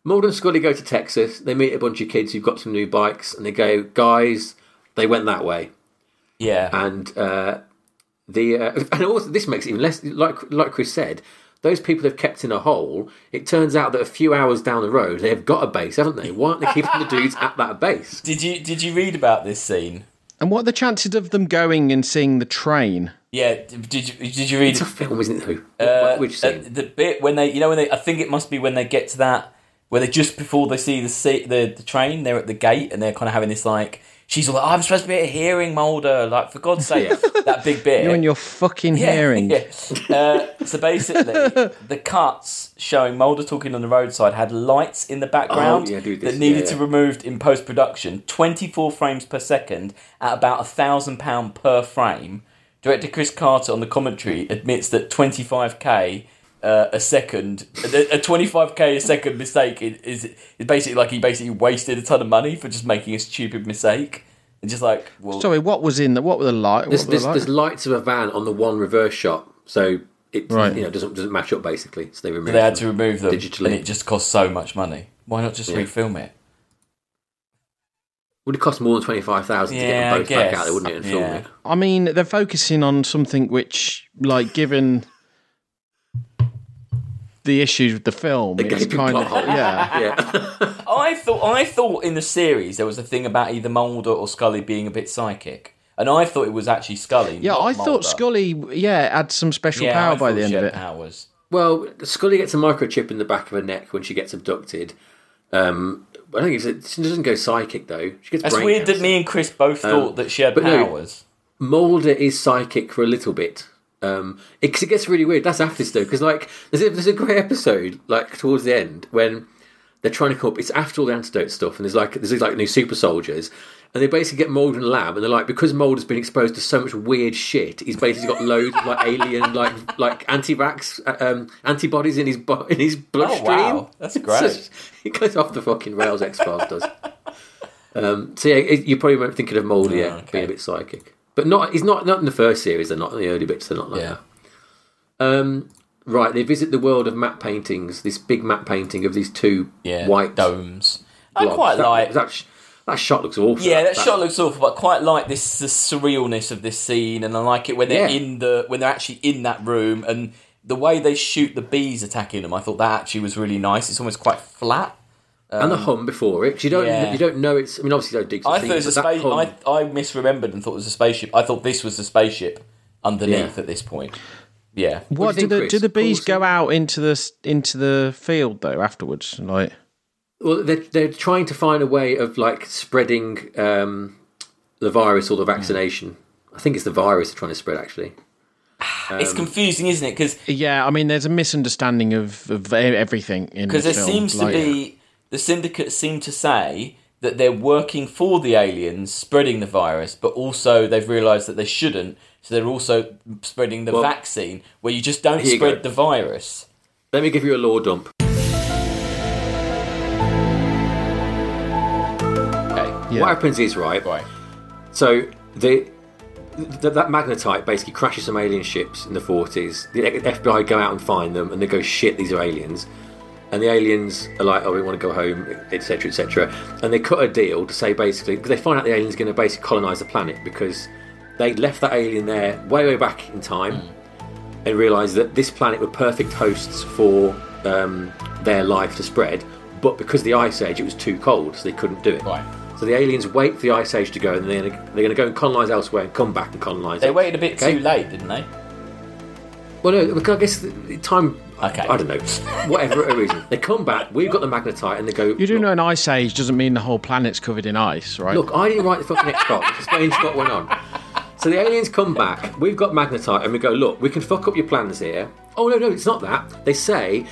A: Mulder and Scully go to Texas. They meet a bunch of kids who've got some new bikes, and they go, "Guys, they went that way."
B: Yeah,
A: uh, *laughs* and uh, the uh, and also this makes it even less like like Chris said, those people have kept in a hole. It turns out that a few hours down the road, they have got a base, haven't they? Why aren't they keeping the dudes at that *laughs* base?
B: Did you did you read about this scene?
C: And what are the chances of them going and seeing the train?
B: Yeah, d- did you did you read
A: It's a film, isn't it? Though,
B: uh,
A: which
B: uh,
A: scene?
B: the bit when they you know when they I think it must be when they get to that where they just before they see the se- the, the train they're at the gate and they're kind of having this like she's all like, "Oh, I'm supposed to be at a hearing Mulder like for God's sake that big bit
C: You and your fucking
B: *laughs*
C: hearing.
B: yeah. Uh, so basically, the cuts showing Mulder talking on the roadside had lights in the background
A: Oh, yeah, dude, this-
B: that needed
A: yeah,
B: to
A: yeah.
B: be removed in post production. Twenty four frames per second at about a thousand pound per frame. Director Chris Carter on the commentary admits that twenty five k. Uh, a second, a twenty five k a second mistake is, is is basically like he basically wasted a ton of money for just making a stupid mistake. And just like, well,
C: Sorry, what was in the what were the light?
A: There's,
C: What were
A: there's,
C: the light?
A: there's lights of a van on the one reverse shot, so it
C: Right.
A: you know doesn't doesn't match up basically. So they remove.
B: they had to remove them
A: digitally.
B: and it just cost so much money. Why not just refilm it?
A: Would have cost more than twenty five thousand to get
B: Yeah, I
A: them both back
B: guess.
A: out there, wouldn't it? And film
B: Yeah.
A: it.
C: I mean, they're focusing on something which, like, given the issues with the film,
A: The
C: it's
A: gaping
C: kind
A: plot
C: of
A: hole.
B: *laughs*
C: *laughs* yeah.
A: Yeah,
B: I thought I thought in the series there was a thing about either Mulder or Scully being a bit psychic, and I thought it was actually Scully.
C: Yeah,
B: not
C: I
B: Mulder.
C: thought Scully, yeah, had some special
B: Yeah, I
C: power by
B: thought
C: the end
B: she
C: of
B: had
C: it.
B: Powers.
A: Well, Scully gets a microchip in the back of her neck when she gets abducted. Um, I think it's, she doesn't go psychic though. She gets
B: That's
A: brain
B: weird that
A: cancer.
B: me and Chris both
C: Um,
B: thought that she had
A: but no-
B: powers.
A: Mulder is psychic for a little bit. Um, it, 'cause it gets really weird. That's after this though, because like there's a, there's a great episode like towards the end when they're trying to come up. It's after all the antidote stuff, and there's like there's these like new super soldiers, and they basically get Mulder in the lab, and they're like because Mulder's been exposed to so much weird shit, he's basically got loads of like alien like like anti-vax uh, um, antibodies in his bo- in his bloodstream.
B: Oh, That's great.
A: *laughs* So it goes off the fucking rails. X Files does. Um, so yeah, it, you probably weren't thinking of Mulder yeah,
B: Oh, okay.
A: being a bit psychic, but not he's not not in the first series. They're not in the early bits. They're not like
B: Yeah.
A: that. Um, right, they visit the world of map paintings. This big map painting of these two
B: Yeah,
A: white
B: domes. I
A: blobs.
B: quite
A: that,
B: like.
A: that. sh- That shot looks awful.
B: yeah, that, shot looks awful, but I quite like this the surrealness of this scene, and I like it when they're
A: Yeah.
B: in the when they're actually in that room, and the way they shoot the bees attacking them. I thought that actually was really nice. It's almost quite flat.
A: and the hum before it. 'cause You don't
B: yeah.
A: you don't know it's. I mean, obviously, you don't dig.
B: I thought it was a space.
A: Hum,
B: I, I misremembered and thought it was a spaceship. I thought this was the spaceship underneath
A: Yeah.
B: at this point. Yeah.
C: What
A: do you
C: do the
A: think,
C: do the
A: Chris?
C: bees
A: Cool
C: go out into the s- into the field though afterwards? Like,
A: Well, they're, they're trying to find a way of like spreading um, the virus or the vaccination.
B: Hmm.
A: I think it's the virus they're trying to spread, actually.
B: it's confusing, isn't it? Because
C: yeah, I mean, there's a misunderstanding of, of e- everything in
B: because there
C: this film.
B: seems to
C: Like,
B: be the syndicate seem to say that they're working for the aliens, spreading the virus, but also they've realised that they shouldn't, so they're also spreading the vaccine, where you just don't
A: Here you go.
B: spread the virus.
A: Let me give you a law dump.
B: Okay.
A: What happens is, right?
B: Right.
A: So the, th that magnetite basically crashes some alien ships in the 40s. The FBI go out and find them, and they go, "Shit, these are aliens." And the aliens are like, "Oh, we want to go home," etc., etc. And they cut a deal to say basically because they find out the aliens are going to basically colonize the planet because they left that alien there way, way back in time. and realised that this planet were perfect hosts for um, their life to spread, but because of the ice age, it was too cold, so they couldn't do it.
B: Right.
A: So the aliens wait for the ice age to go, and then they're going to go and colonise elsewhere and come back and colonise.
B: They
A: it.
B: waited a bit
A: Okay.
B: too late, didn't they?
A: Well, no, because I guess the time.
B: Okay.
A: I don't know. Whatever *laughs* a reason, they come back. We've got the magnetite, and they go.
C: you do
A: look,
C: know an ice age doesn't mean the whole planet's covered in ice, right?
A: Look, I didn't write the fucking X Files. Explains what went on. So the aliens come back. We've got magnetite, and we go. Look, we can fuck up your plans here. Oh no, no, it's not that. They say,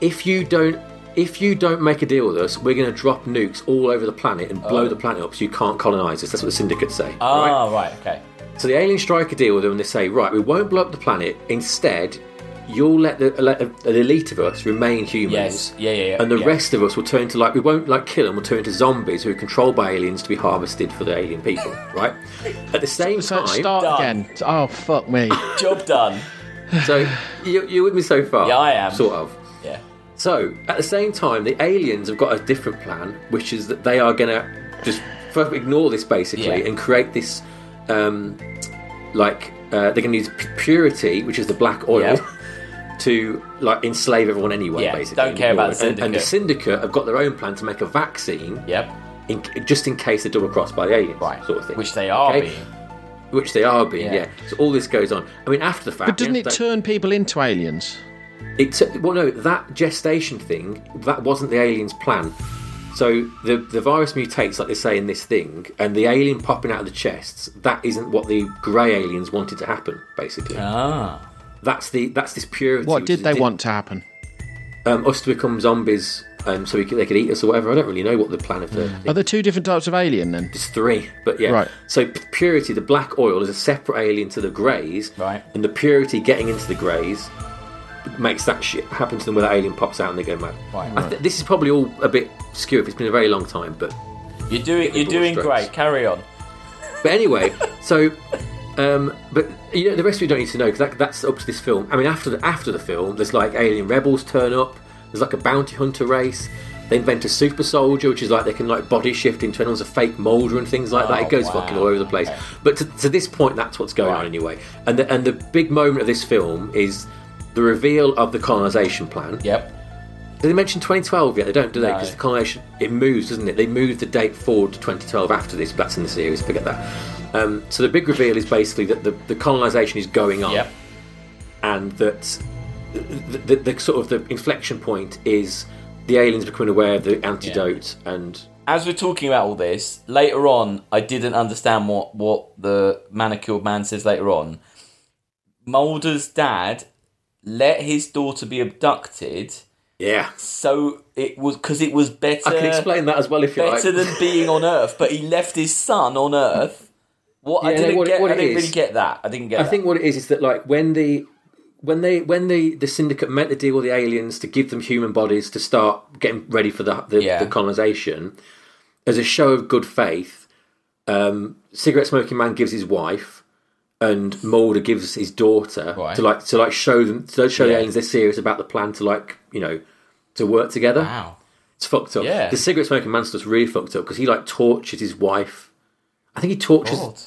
A: if you don't, if you don't make a deal with us, we're going to drop nukes all over the planet and blow the planet up, so you can't colonize us. That's what the syndicates say. right?
B: Oh. Ah, right. Okay.
A: So the aliens strike a deal with them, and they say, "Right, we won't blow up the planet. Instead, you'll let the let a- an elite of us remain humans.
B: Yes. Yeah, yeah, yeah.
A: And the
B: Yeah.
A: rest of us will turn to like we won't like kill them. We'll turn into zombies who are controlled by aliens to be harvested for the alien people. Right? At the same
C: so
A: time,
C: start
B: Done.
C: again. Oh fuck
B: *coughs*
C: me!
B: Job done.
A: so you you with me so far?
B: Yeah, I am.
A: Sort of.
B: Yeah.
A: So at the same time, the aliens have got a different plan, which is that they are going to just f- ignore this basically
B: Yeah.
A: and create this, um, like uh, they're going to use p- purity, which is the black oil,
B: Yeah.
A: *laughs* to like enslave everyone anyway.
B: Yeah,
A: basically,
B: don't care about
A: And-
B: the
A: and, the syndicate have got their own plan to make a vaccine,
B: Yep.
A: in, just in case they're double crossed by the aliens,
B: Right.
A: Sort of thing,
B: Which they are
A: Okay?
B: being.
A: which they are being.
B: Yeah.
A: Yeah. So all this goes on. I mean, after the fact,
C: But doesn't
A: you
C: it
A: know,
C: turn people into aliens?
A: It t- well, no, that gestation thing that wasn't the alien's plan. So the the virus mutates, like they say in this thing, and the alien popping out of the chests. That isn't what the grey aliens wanted to happen. Basically,
B: Ah.
A: that's the that's this purity.
C: What
A: which
C: did
A: is-
C: they want to happen?
A: um, us to become zombies? Um, so we could, they could eat us or whatever. I don't really know what the plan of the.
C: Are there two different types of alien then?
A: It's three, but yeah.
C: Right.
A: So p- purity, the black oil, is a separate alien to the greys.
B: Right.
A: And the purity getting into the greys makes that shit happen to them where that alien pops out and they go mad.
B: Right.
A: I th- this is probably all a bit skewed. It's been a very long time, but
B: You're doing you're
A: the
B: doing
A: door's
B: great. Carry on.
A: but anyway. so, um, but you know the rest we don't need to know because that, that's up to this film. I mean, after the after the film, there's like alien rebels turn up. There's like a bounty hunter race. They invent a super soldier, which is like they can like body shift into anyone's a fake molder and things like that.
B: Oh,
A: It goes
B: wow.
A: fucking all over the place. But to, to this point, that's what's going on anyway. And the, and the big moment of this film is the reveal of the colonization plan.
B: Yep.
A: Did they mention 2012 yet? They don't, do they?
B: No.
A: Because the colonization it moves, doesn't it? They move the date forward to 2012 after this. But that's in the series. Forget that. Um, so the big reveal is basically that the, the colonization is going on,
B: Yep.
A: and that the, the, the sort of the inflection point is the aliens becoming aware of the antidote, and
B: As we're talking about all this, later on I didn't understand what, what the manicured man says later on. Mulder's dad let his daughter be abducted
A: yeah,
B: so it was because it was better
A: I can explain that as well if you like. *laughs*
B: better than being on Earth, but he left his son on Earth. What I
A: Yeah, no,
B: didn't
A: what it-
B: get,
A: what
B: I
A: it
B: didn't
A: is-
B: really get that. I didn't get.
A: I
B: that.
A: think what it is is that like when the when they when the the syndicate meant to deal with the aliens to give them human bodies to start getting ready for the the,
B: Yeah.
A: the colonization, as a show of good faith, um, cigarette smoking man gives his wife. And Mulder gives his daughter
B: Right.
A: to like to like show them to show
B: Yeah.
A: the aliens they're serious about the plan to like you know to work together.
B: Wow.
A: It's fucked up.
B: Ah. Yeah.
A: The cigarette smoking man stuff's really fucked up because he like tortures his wife. I think he tortures
B: God.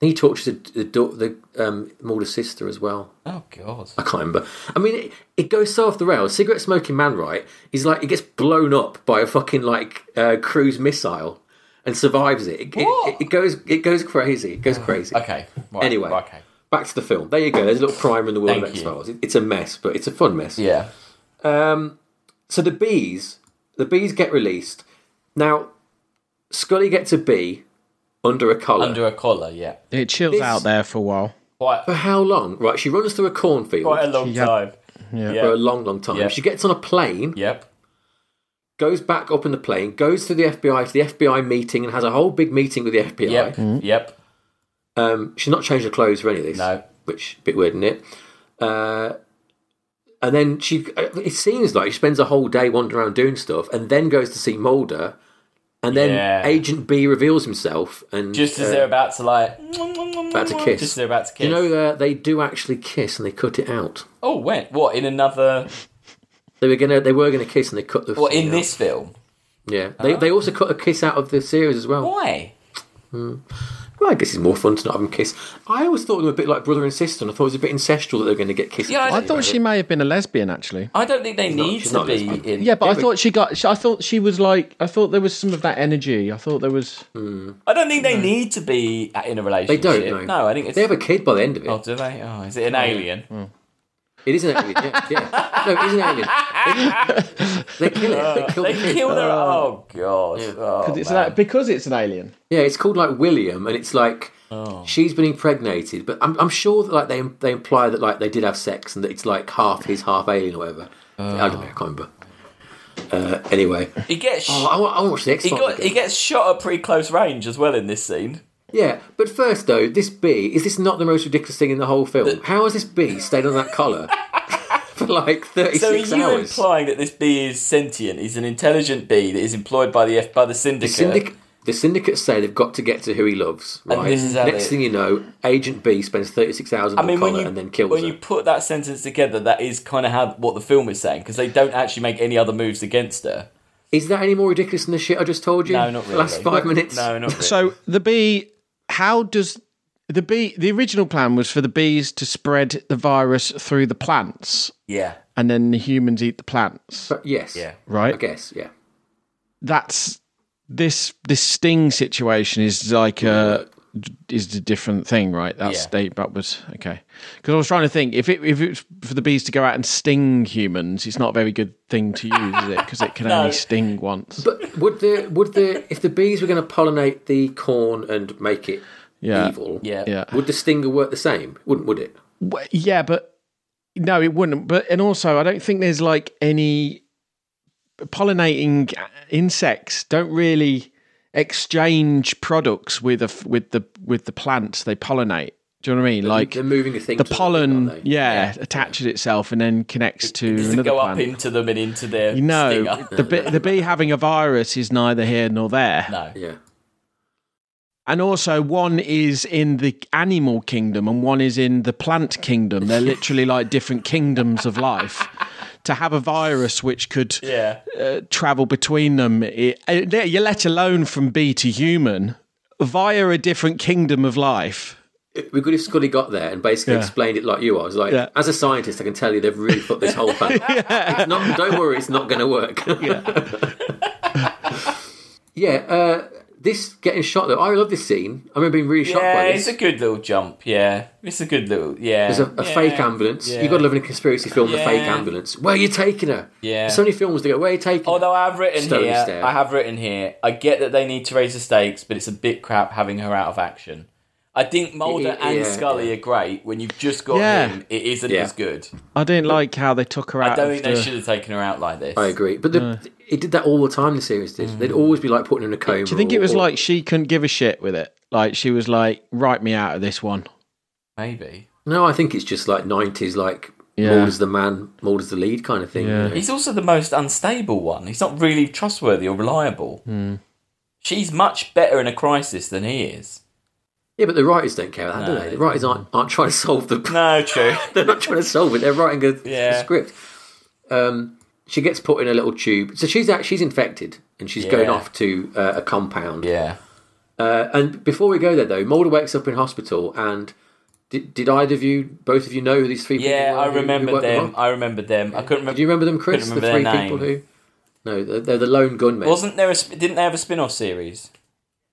A: he tortures the the, dau- the um, Mulder's sister as well.
B: Oh God.
A: I can't remember. I mean, it, it goes so off the rails. Cigarette smoking man, right? He's like, he gets blown up by a fucking like uh, cruise missile and survives it. It,
B: What?
A: it, it goes, it goes crazy. It goes crazy.
B: *sighs* Okay. Right.
A: Anyway,
B: Okay.
A: back to the film. There you go. There's a little primer in the world of
B: Thank
A: X
B: you.
A: Files. It, it's a mess, but it's a fun mess.
B: Yeah.
A: Um, so the bees, the bees get released. Now, Scully gets a bee under a collar.
B: Under a collar. Yeah.
C: It chills
A: This-
C: out there for a while.
B: Quite
A: For how long? Right, she runs through a cornfield.
B: quite a long
C: Yeah.
B: time.
C: Yeah.
A: for a long, long time.
B: Yeah.
A: She gets on a plane,
B: Yep.
A: goes back up in the plane, goes to the FBI to the FBI meeting, and has a whole big meeting with the FBI.
B: Yep.
A: Mm-hmm.
B: Yep.
A: Um, she's not changed her clothes for any of this.
B: No.
A: which a bit weird, isn't it? Uh, and then she, uh, it seems like she spends a whole day wandering around doing stuff, and then goes to see Mulder, and then
B: Yeah.
A: Agent B reveals himself, and
B: Just as
A: uh,
B: they're about to like.
A: about to kiss,
B: Just as they're about to kiss.
A: you know, uh, they do actually kiss, and they cut it out.
B: oh wait, what in another?
A: They were gonna, they were gonna kiss, and they cut the.
B: What in
A: scene out.
B: this film?
A: Yeah, they, they also cut a kiss out of the series as well.
B: Why?
A: Well, I guess it's more fun to not have them kiss. I always thought they were a bit like brother and sister, and I thought it was a bit ancestral that they were going to get kissed.
B: Yeah,
A: Yeah,
B: I-
C: I thought she may have been a lesbian actually.
B: I don't think they
A: not-
B: need
A: she's
B: to
A: not
B: be
A: lesbian.
B: in.
C: Yeah, but I thought she got. sh- I thought she was like. I thought there was some of that energy. I thought there was.
B: I don't think they need to be in a
A: they
B: relationship.
A: don't. No.
B: No, I think it's.
A: they have a Mm. kid by the end of it.
B: Oh, do they? Oh, is it an alien?
A: It is an alien. Yeah, yeah. no, it is an alien. They, they kill it. They kill the
B: Uh, They
A: kid.
B: kill their. Oh god. Oh,
C: It's
B: man.
C: that because it's an alien.
A: Yeah, it's called like William, and it's like
B: Oh.
A: she's been impregnated. But I'm, I'm sure that like they they imply that like they did have sex, and that it's like half his, half alien, or whatever. I don't know. I can't remember. Uh, anyway,
B: He gets.
A: oh, I, wa- I wanna watch the X
B: he
A: Files.
B: got. He gets shot at pretty close range as well in this scene.
A: Yeah, but first though, this bee is this not the most ridiculous thing in the whole film? How has this bee stayed on that
B: *laughs*
A: collar for like thirty
B: So are
A: six
B: you
A: hours?
B: implying that this bee is sentient? He's an intelligent bee that is employed by the F by the syndicate.
A: Syndic- the syndicates say they've got to get to who he loves. Right.
B: this is how
A: Next
B: they-
A: thing you know, Agent B spends thirty six hours on
B: I mean,
A: the
B: when
A: collar
B: you
A: and then kills
B: when
A: her.
B: you put that sentence together, that is kind of how what the film is saying because they don't actually make any other moves against her.
A: Is that any more ridiculous than the shit I just told you?
B: No, not
A: The last
B: really.
A: five minutes.
B: No, not really.
C: So the bee. How does The bee, the original plan was for the bees to spread the virus through the plants,
B: Yeah.
C: and then the humans eat the plants.
A: But yes,
B: Yeah.
A: I
C: Right?
A: guess, yeah.
C: That's this this sting situation is like a is a different thing, right? That's
B: Yeah.
C: they that was okay. Because I was trying to think if it if it's for the bees to go out and sting humans, it's not a very good thing to use, is it? Because it can only sting once.
A: But would the would the if the bees were going to pollinate the corn and make it
C: Yeah.
A: evil,
B: Yeah.
C: yeah.
A: would the stinger work the same? Wouldn't would it?
C: Well, yeah, but no, it wouldn't. But and also, I don't think there's like any pollinating uh, insects don't really exchange products with a f with the with the plants they pollinate. Do you know what I mean? Like
A: They're moving a thing.
C: the
A: to something,
C: pollen,
A: aren't they?
C: yeah, attaches itself and then connects to
B: Doesn't
C: another
B: go
C: plant.
B: up into them and into their
C: no,
B: stinger.
C: the bee, the bee having a virus is neither here nor there.
B: No.
A: yeah.
C: And also, one is in the animal kingdom and one is in the plant
B: *laughs*
C: kingdom. They're literally like different kingdoms of life. To have a virus which could
B: Yeah.
C: uh, travel between them, it, uh, you let alone from bee to human, via a different kingdom of life.
A: We could have Scully got there and basically
C: Yeah.
A: explained it like you are. I was like,
C: Yeah.
A: as a scientist, I can tell you they've really put this whole
C: *laughs*
A: plan. It's not, don't worry, it's not going to work. Yeah. *laughs* uh, this getting shot though, I love this scene. I remember being really shocked
B: Yeah,
A: by
B: it's
A: this.
B: a good little jump. Yeah, it's a good little yeah.
A: There's a, a
B: yeah.
A: fake um, ambulance. You've got to love in a conspiracy film the fake
B: Yeah.
A: ambulance. Where are you taking her?
B: Yeah. Oh,
A: So many films they go, where are you taking her?
B: Although I have written
A: Stone
B: here,
A: stare.
B: I have written here. I get that they need to raise the stakes, but it's a bit crap having her out of action. I think Mulder
A: Yeah,
B: and
A: yeah,
B: Scully are great. When you've just got
C: Yeah.
B: him, it isn't
A: Yeah.
B: as good.
C: I didn't like how they took her out.
B: I don't
C: of
B: think
C: the-
B: they should have taken her out like this.
A: I agree. But the, it did that all the time, the series did.
B: Mm.
A: They'd always be like putting in a coma.
C: Do you think it
A: or-
C: was
A: or-
C: like she couldn't give a shit with it? Like she was like, write me out of this one.
B: Maybe
A: No, I think it's just like 90s, like
C: Yeah.
A: Mulder's the man, Mulder's the lead kind of thing.
C: Yeah.
A: you know?
B: he's also the most unstable one. He's not really trustworthy or reliable.
C: Hmm.
B: She's much better in a crisis than he is.
A: Yeah, but the writers don't care about that,
B: No,
A: do they?
B: they
A: The writers aren't, aren't trying to solve the.
B: No, true.
A: *laughs* they're not trying to solve it. They're writing a, a
B: Yeah.
A: script. Um, she gets put in a little tube, so she's out, she's infected and she's going
B: Yeah.
A: off to uh, a compound.
B: yeah.
A: Uh, and before we go there, though, Mulder wakes up in hospital, and did, did either of you, both of you, know who these three?
B: Yeah,
A: people were
B: I
A: who- who
B: remember
A: worked
B: them.
A: on?
B: I remember them. I couldn't remember.
A: Do you remember them, Chris? the
B: Couldn't
A: three
B: remember their
A: people
B: name.
A: who. No, they're, they're the lone gunmen.
B: Wasn't there a? sp- Didn't they have a spin-off series?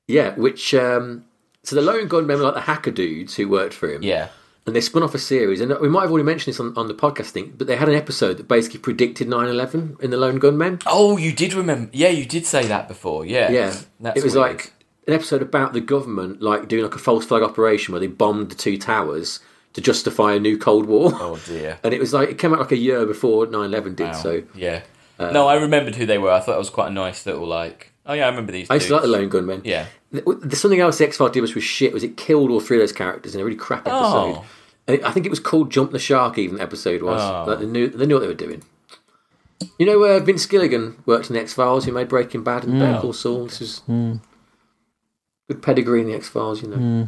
A: Yeah, which um, so the lone gunmen were like the hacker dudes who worked for him.
B: Yeah.
A: and they spun off a series, and we might have already mentioned this on, on the podcast thing, but they had an episode that basically predicted 9-11 in the lone gunmen.
B: Oh, you did remember? Yeah, you did say that before. Yeah.
A: Yeah,
B: That's
A: it was
B: weird.
A: like an episode about the government like doing like a false flag operation where they bombed the two towers to justify a new Cold War.
B: Oh dear.
A: *laughs* And it was like it came out like a year before 9-11 did.
B: Wow.
A: So uh,
B: Yeah. no, I remembered who they were. I thought it was quite a nice little like. Oh yeah, I remember these.
A: I used to like the
B: dudes.
A: lone gunmen.
B: Yeah.
A: Th- There's something else the X Files did which was shit was it killed all three of those characters in a really crap episode.
B: Oh.
A: And it, I think it was called Jump the Shark. Even the episode was
B: Oh.
A: like they knew they knew what they were doing. You know, uh, Vince Gilligan worked in the X Files. He made Breaking Bad and Better Call Saul. This is good pedigree in the X Files. You know,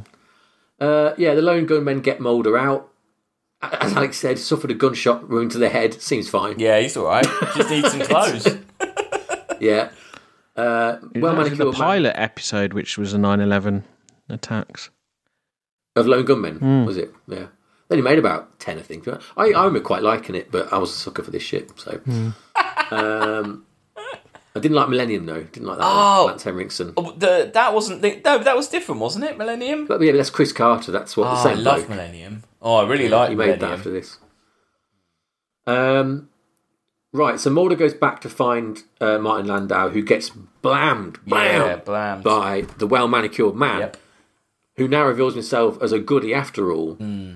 A: uh, yeah. The lone gunmen get Mulder out. A- As Alex said, suffered a gunshot wound to the head. Seems fine.
B: Yeah, he's all right. Just needs
A: *laughs*
B: some clothes.
A: Yeah. Uh, well
C: That was in the
A: manicured man
C: pilot episode, which was a 9/11 attacks.
A: of lone gunmen. Was it? Yeah. They only made about ten, I think. I, I remember quite liking it, but I was a sucker for this shit. So, um, I didn't like Millennium though. Didn't like that.
B: Oh.
A: one. Lance Henriksen.
B: Oh, the, that wasn't the, no, that was different, wasn't it? Millennium.
A: But yeah, that's Chris Carter. That's what
B: Oh,
A: the
B: I
A: same
B: love
A: bloke.
B: Millennium. Oh, I really like
A: he made that after
B: Millennium.
A: this. Um, right. So Mulder goes back to find uh, Martin Landau, who gets blammed,
B: Yeah,
A: blammed
B: blam.
A: by the well manicured man.
B: Yep.
A: who now reveals himself as a goody after all,
B: Hmm.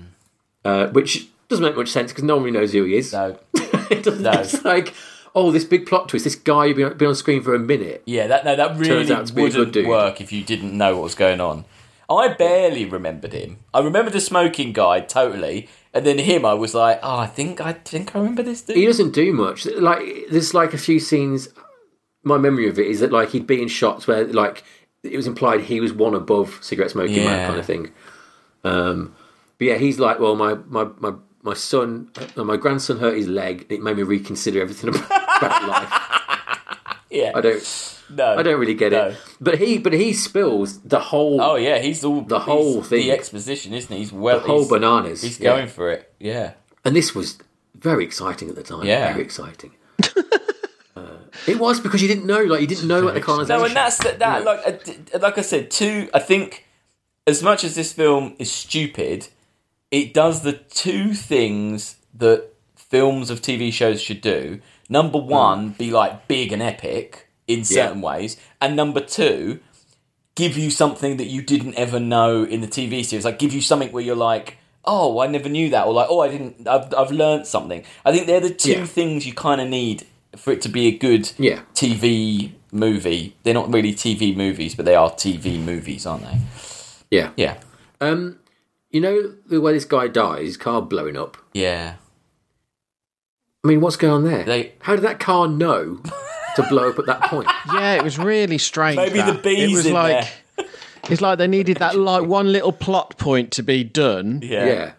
A: uh, which doesn't make much sense because no one really knows who he is.
B: So
A: *laughs* it doesn't,
B: No.
A: It's like, oh, this big plot twist. This guy who's been, been on screen for a minute.
B: Yeah, that no, that really
A: out to be a good
B: wouldn't
A: dude.
B: work if you didn't know what was going on. I barely remembered him. I remembered the smoking guy totally, and then him. I was like, oh, I think I think I remember this dude.
A: He doesn't do much. Like, there's like a few scenes. My memory of it is that like he'd be in shots where like it was implied he was one above cigarette smoking
B: Yeah.
A: man kind of thing. Um, but yeah, he's like, well, my my my my uh, *laughs* son, no, my grandson hurt his leg. It made me reconsider everything about, about life.
B: Yeah.
A: I don't.
B: No.
A: I don't really get
B: No.
A: it. But he, but he spills the whole,
B: Oh yeah, he's all
A: The whole
B: he's
A: thing.
B: The exposition, isn't he? He's well.
A: the whole
B: he's,
A: bananas.
B: He's
A: Yeah.
B: going for it. Yeah.
A: and this was very exciting at the time.
B: Yeah.
A: very exciting. *laughs* Uh, it was because you didn't know, like you didn't know at the colonisation.
B: No, and that's that. that Like, uh, d- like I said, two. I think as much as this film is stupid, it does the two things that films of TV shows should do. Number one, be like big and epic in certain ways, and number two, give you something that you didn't ever know in the TV series. Like give you something where you're like, oh, I never knew that, or like, oh, I didn't. I've I've learned something. I think they're the two
A: Yeah.
B: things you kind of need for it to be a good
A: Yeah.
B: TV movie. They're not really TV movies, but they are TV movies, aren't they?
A: yeah, Um,
B: Yeah.
A: You know the way this guy dies, car blowing up.
B: Yeah.
A: I mean, what's going on there?
B: They-
A: How did that car know to blow up at that point?
C: Yeah, it was really strange.
B: Maybe the
C: that.
B: bees
C: It was
B: in
C: like
B: there.
C: it's like they needed that like one little plot point to be done.
B: *laughs* Yeah.
A: yeah.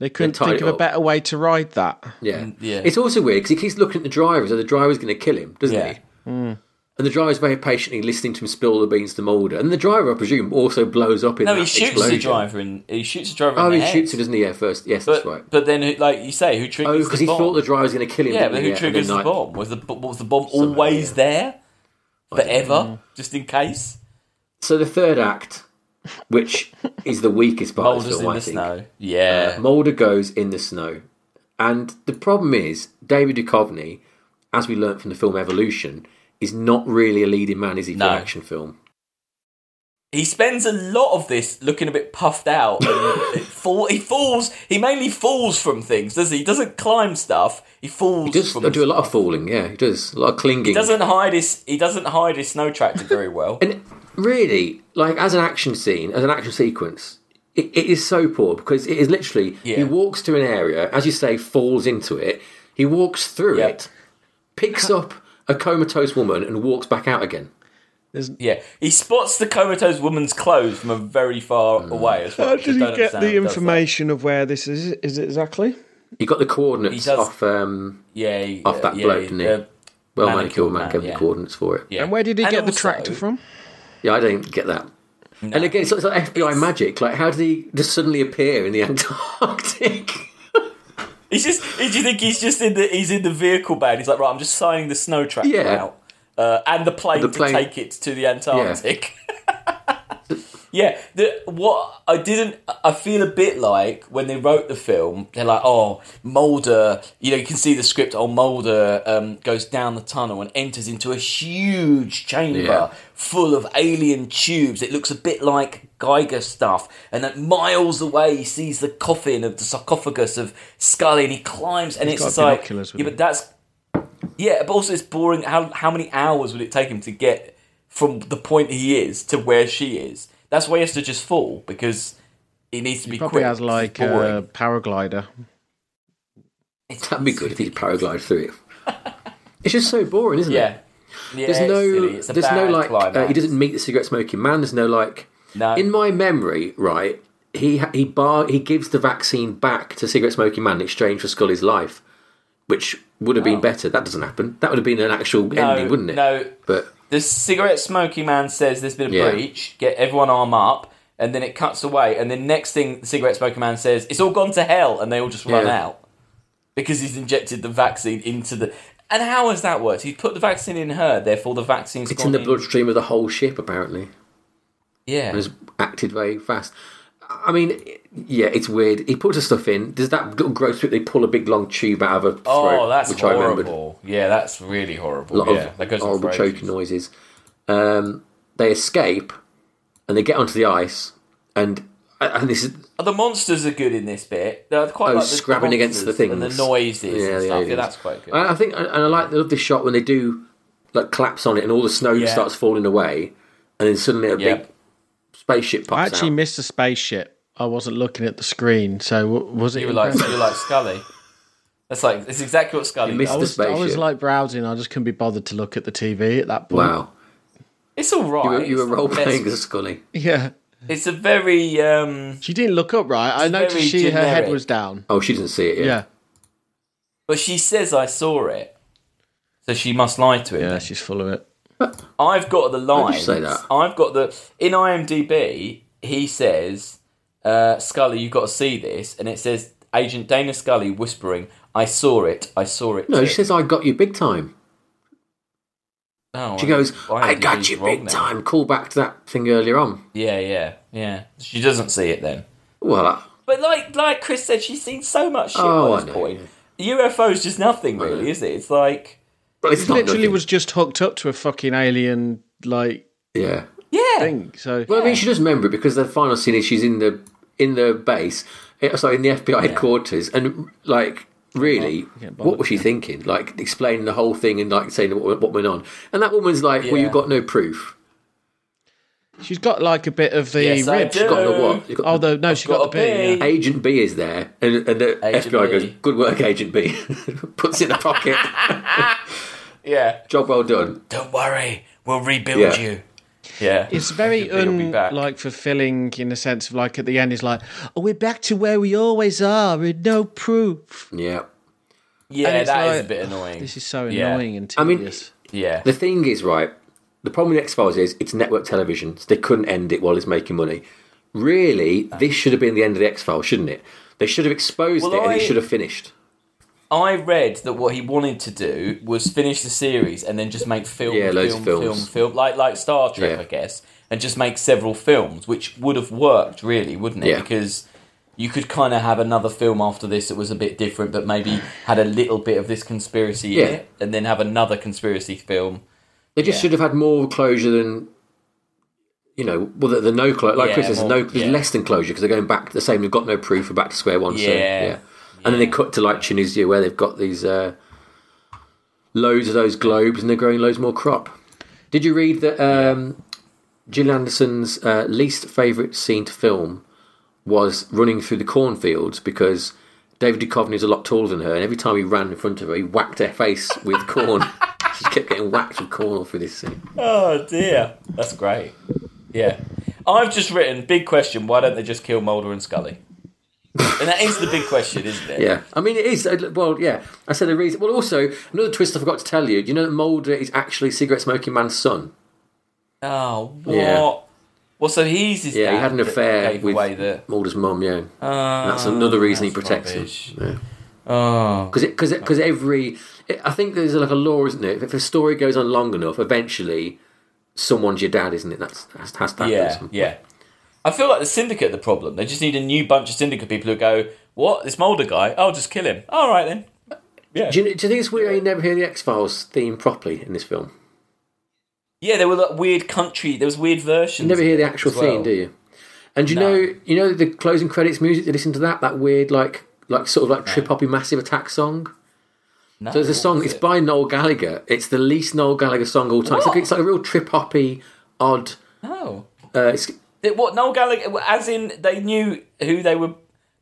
C: They couldn't
A: They tied
C: think
A: it
C: of a
A: up.
C: better way to ride that.
A: Yeah.
B: yeah.
A: It's also weird because he keeps looking at the driver, so the driver's going to kill him, doesn't
B: Yeah. Hmm.
A: he? And the driver's very patiently listening to him spill the beans to Mulder. And the driver, I presume, also blows up in
B: No,
A: that
B: he shoots
A: explosion.
B: the driver and he shoots the driver.
A: Oh,
B: in
A: he
B: the head.
A: shoots him, doesn't he? Yeah, first. Yes,
B: But,
A: that's right.
B: but then, who- like you say, who triggers
A: Oh,
B: the
A: because he
B: bomb?
A: thought the driver was going to kill him.
B: yeah,
A: didn't
B: but
A: he?
B: who
A: and
B: triggers
A: then, like,
B: the bomb? Was the bo- was the bomb always there, forever, just in case?
A: So the third act, which is the weakest part of the
B: Boulders
A: film,
B: in
A: I
B: the
A: think.
B: snow. Yeah,
A: Mulder goes in the snow. And the problem is, David Duchovny, as we learnt from the film Evolution, is not really a leading man, is he, for
B: No.
A: an action film?
B: he spends a lot of this looking a bit puffed
A: *laughs*
B: out. and fall, he falls. He mainly falls from things, does he? He doesn't climb stuff. He falls.
A: He does
B: from
A: do a lot of falling, yeah, he does. A lot of clinging.
B: He doesn't hide his. He doesn't hide his snow tractor
A: *laughs*
B: very well.
A: And really, like as an action scene, as an action sequence, it, it is so poor because it is literally he
B: Yeah.
A: walks to an area, as you say, falls into it. He walks through
B: Yeah.
A: it, picks up a comatose woman, and walks back out again.
B: yeah, he spots the comatose woman's clothes from a very far
A: Mm.
B: away. As well.
C: How
B: which I
C: did he
B: don't
C: get
B: understand
C: the
B: how he does that.
C: information of where this is? Is it exactly?
A: He got the coordinates
B: He does-
A: off um,
B: Yeah, he-
A: off that
B: yeah,
A: bloke, didn't he?
B: uh,
A: well,
B: Manicure
A: manicured man
B: Man,
A: gave him
B: yeah.
A: the coordinates for it. Yeah,
B: yeah.
C: And where did he
B: And
C: get the
B: also-
C: tractor from?
A: I don't get that. And again, it's like, it's like FBI magic. Like, how did he just suddenly appear in the *laughs* Antarctic?
B: He's just. Do you think he's just in the? He's in the vehicle band. He's like, right, I'm just signing the snow tractor
A: Yeah.
B: out, uh, and the plane,
A: The plane-
B: to take it to the Antarctic. *laughs* Yeah, the, what I didn't, I feel a bit like when they wrote the film, they're like, oh, Mulder, you know, you can see the script, oh, Mulder um, goes down the tunnel and enters into a huge chamber
A: Yeah.
B: full of alien tubes. It looks a bit like Geiger stuff. And that miles away, he sees the coffin of the sarcophagus of Scully and he climbs and
C: got
B: it's just like,
C: binoculars with
B: yeah,
C: him.
B: but that's, yeah, but also it's boring. How, how many hours would it take him to get from the point he is to where she is. That's why he has to just fall because it needs to be
C: Probably
B: quick.
C: has like
B: It's boring.
A: uh,
C: a paraglider.
A: That'd be good if he'd paraglide through it. It's just so boring, isn't it?
B: yeah. Yeah,
A: there's
B: it's
A: no
B: silly. It's a
A: there's no
B: bad
A: like uh,
B: climax.
A: he doesn't meet the cigarette smoking man there's no like
B: No.
A: in my memory right he he bar he gives the vaccine back to cigarette smoking man in exchange for scully's life which would have been better that doesn't happen that would have been an actual ending wouldn't it
B: Oh. No,
A: but
B: the cigarette smoking man says there's been a
A: Yeah.
B: breach. Get everyone arm up, and then it cuts away. And then next thing, the cigarette smoking man says it's all gone to hell, and they all just run
A: Yeah.
B: out because he's injected the vaccine into the. And how has that worked? He's put the vaccine in her, therefore the vaccine's
A: it's
B: gone
A: in the bloodstream of the whole ship apparently
B: Yeah,
A: and has acted very fast i mean yeah it's weird he puts the stuff in does that little gross bit they pull a big long tube out of her throat
B: Oh, that's
A: which i remembered
B: horrible. Yeah, that's really horrible.
A: a lot
B: yeah, that
A: of
B: goes on
A: horrible
B: for
A: choking
B: ages.
A: noises. Um, they escape and they get onto the ice, and uh, and this is
B: The monsters are good in this bit. They're quite
A: oh,
B: like the- the
A: scrabbing against the
B: monsters
A: things
B: and the noises
A: the
B: and stuff. Yeah,
A: aliens. Uh,
B: that's quite good.
A: And I think, and I like love this shot when they do like claps on it, and all the snow
B: Yeah.
A: starts falling away, and then suddenly a
B: Yeah.
A: big spaceship
C: I
A: pops
C: actually
A: out.
C: missed a spaceship. I wasn't looking at the screen, so w- was it?
B: You were like
C: impressive?
B: you were like Scully. That's like it's exactly what Scully.
A: missed
C: I
B: does.
A: the
C: was, I was
A: spaceship.
C: like browsing. I just couldn't be bothered to look at the TV at that point.
A: Wow,
B: It's all right.
A: you were, you were
B: It's not
A: role
B: the best-
A: playing as Scully.
C: *laughs* Yeah,
B: It's a very um,
C: she didn't look up right. I
B: It's
C: noticed
B: very
C: she her head
B: generic.
C: was down.
A: Oh, she doesn't see it. Yet.
C: Yeah,
B: but she says I saw it. So she must lie to him.
C: Yeah, she's full of it.
B: I've got the
A: Why
B: line.
A: did you say that?
B: I've got the in IMDb. He says, uh, "Scully, you've got to see this," and it says Agent Dana Scully whispering, "I saw it. I saw it."
A: No,
B: too."
A: she says, I got you big time.
B: Oh,
A: She goes, I
B: IMDb's
A: got you
B: wrong
A: big
B: then.
A: time. Call back to that thing earlier on.
B: Yeah, yeah, yeah. She doesn't see it then.
A: Well, uh, I-
B: But like, like Chris said, she's seen so much shit
A: Oh, I
B: by this
A: know, Uh-huh.
B: point. UFOs just nothing really, is it? It's like,
A: well it's not
C: Literally
A: nothing.
C: was just hooked up to a fucking alien like
A: Yeah.
B: yeah,
C: thing. So
A: Well, I mean, she does remember it because the final scene is she's in the in the base, eh, sorry, in the FBI headquarters, and like
B: Oh,
A: really, what was she thinking? Like explaining the whole thing and like saying what, what went on, and that woman's like, "Well,
B: Yeah.
A: you've got no proof.
C: she's got like a bit of the
B: Yes, I
C: ribs.
B: do.
A: You've got the what? You've got
C: Oh, the, no, she got,
B: got
C: the
B: a
C: bee.
B: bee.
C: yeah.
A: Agent B is there, and, and the
B: Agent
A: FBI
B: B.
A: goes, "Good work, Agent B." *laughs* Puts it in the
B: *laughs*
A: pocket.
B: yeah.
A: Job well done.
B: Don't worry, we'll rebuild
A: Yeah.
B: you. Yeah,
C: It's very
B: They'll be
C: un
B: back.
C: like fulfilling in the sense of like at the end it's like, oh, we're back to where we always are with no proof.
A: Yeah.
B: yeah, that
C: and
B: is
C: it's
B: a
C: like,
B: bit annoying.
C: This is so
B: Yeah.
C: annoying and
A: I mean,
C: tedious.
B: yeah,
A: The thing is, right, the problem with X Files is it's network television, so they couldn't end it while it's making money. Really, this should have been the end of the X Files, shouldn't it? They should have exposed
B: Well,
A: it and
B: I-
A: it should have finished.
B: I read that what he wanted to do was finish the series and then just make film,
A: Yeah, loads
B: film,
A: of
B: film,
A: films.
B: film, like like Star Trek,
A: Yeah.
B: I guess, and just make several films, which would have worked really, wouldn't it?
A: Yeah.
B: Because you could kind of have another film after this that was a bit different, but maybe had a little bit of this conspiracy
A: Yeah.
B: in it, and then have another conspiracy film.
A: They just
B: Yeah.
A: should have had more closure than, you know, well, the, the no closure. Like
B: Yeah,
A: Chris, there's
B: more-
A: no, there's
B: yeah.
A: less than closure because they're going back the same. They've got no proof. We're back to square one. soon.
B: Yeah.
A: yeah. And then they cut to like Tunisia where they've got these uh, loads of those globes and they're growing loads more crop. Did you read that um, Jill Anderson's uh, least favourite scene to film was running through the cornfields because David Duchovny is a lot taller than her, and every time he ran in front of her, he whacked her face with *laughs* corn. she kept getting whacked with corn all through this scene.
B: Oh dear, that's great. Yeah, I've just written big question. Why don't they just kill Mulder and Scully? and that is the big question, isn't it?
A: Yeah, I mean it is. uh, Well, yeah, I said the reason. Well, also another twist I forgot to tell you. Do you know that Mulder is actually cigarette smoking man's son?
B: Oh, what?
A: Yeah.
B: Well, so he's his
A: Yeah,
B: dad
A: he had an
B: that
A: affair
B: gave
A: with
B: away the.
A: Mulder's mum. Yeah,
B: Oh,
A: that's another reason he
B: that's
A: protects
B: rubbish.
A: him. Yeah.
B: Oh,
A: Because because because every, it, I think there's like a law, isn't it? If a story goes on long enough, eventually someone's your dad, isn't it? That's has, has to happen. at
B: yeah,
A: some point.
B: yeah. I feel like the syndicate are the problem. They just need a new bunch of syndicate people who go, "What? This Mulder guy? I'll just kill him." All right then.
A: Do you, do you think it's weird how you never hear the X Files theme properly in this film?
B: Yeah, there were like weird country. There was weird versions.
A: You never hear the
B: of it
A: actual
B: as well.
A: theme, do you? And do you
B: No.
A: know you know the closing credits music. You listen to that that weird like like sort of like trip hoppy massive attack song.
B: No,
A: So there's a
B: what
A: song.
B: was
A: It's
B: it?
A: by Noel Gallagher. It's the least Noel Gallagher song of all time. It's like,
B: What?
A: it's like a real trip hoppy, odd.
B: no.
A: Uh, it's,
B: It- What Noel Gallagher? As in, they knew who they were.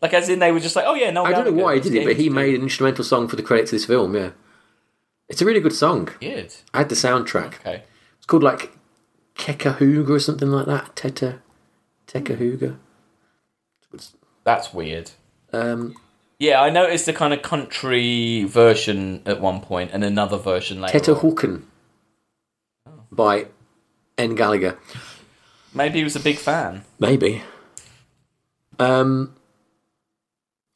B: Like, as in, they were just like, "Oh yeah, Noel."
A: I don't know
B: Gallagher."
A: why he did it, but he
B: Yeah,
A: made an instrumental song for the credits of this film. Yeah, it's a really good song.
B: Weird.
A: I had the soundtrack.
B: Okay.
A: It's called like Kekahooga or something like that. Teta Tekahooga.
B: That's weird.
A: Um,
B: Oh. Yeah, I noticed the kind of country version at one point and another version later.
A: Teta
B: on.
A: Hawken by N Gallagher.
B: Maybe he was a big fan.
A: Maybe. Um,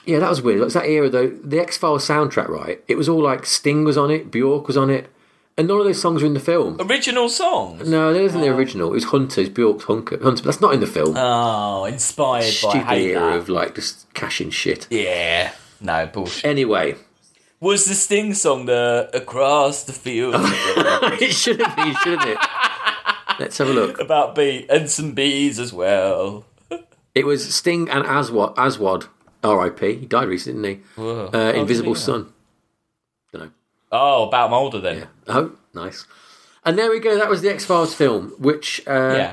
A: yeah, that was weird. It was that era though. The X Files soundtrack, right? It was all like Sting was on it, Bjork was on it, and none of those songs were in the film.
B: Original songs.
A: No, that isn't the original. It was Hunter's Bjork's Hunter, Hunter, but that's not in the film.
B: Oh, inspired by
A: Stupid
B: I hate
A: era
B: that.
A: of like just cashing shit.
B: Yeah. No, bullshit.
A: Anyway, *laughs*
B: Was the Sting song the Across
A: *laughs*
B: the Field
A: it should have been, shouldn't
B: *laughs*
A: it? Let's have a look.
B: about bee and some bees as well?
A: It was Sting and Aswad. Aswad, R.I.P. He died recently, didn't he?
B: Whoa.
A: Uh, Invisible
B: see that.
A: Sun. Don't know.
B: Oh, about Mulder then. Yeah.
A: Oh, nice. And there we go. That was the X Files film, which uh,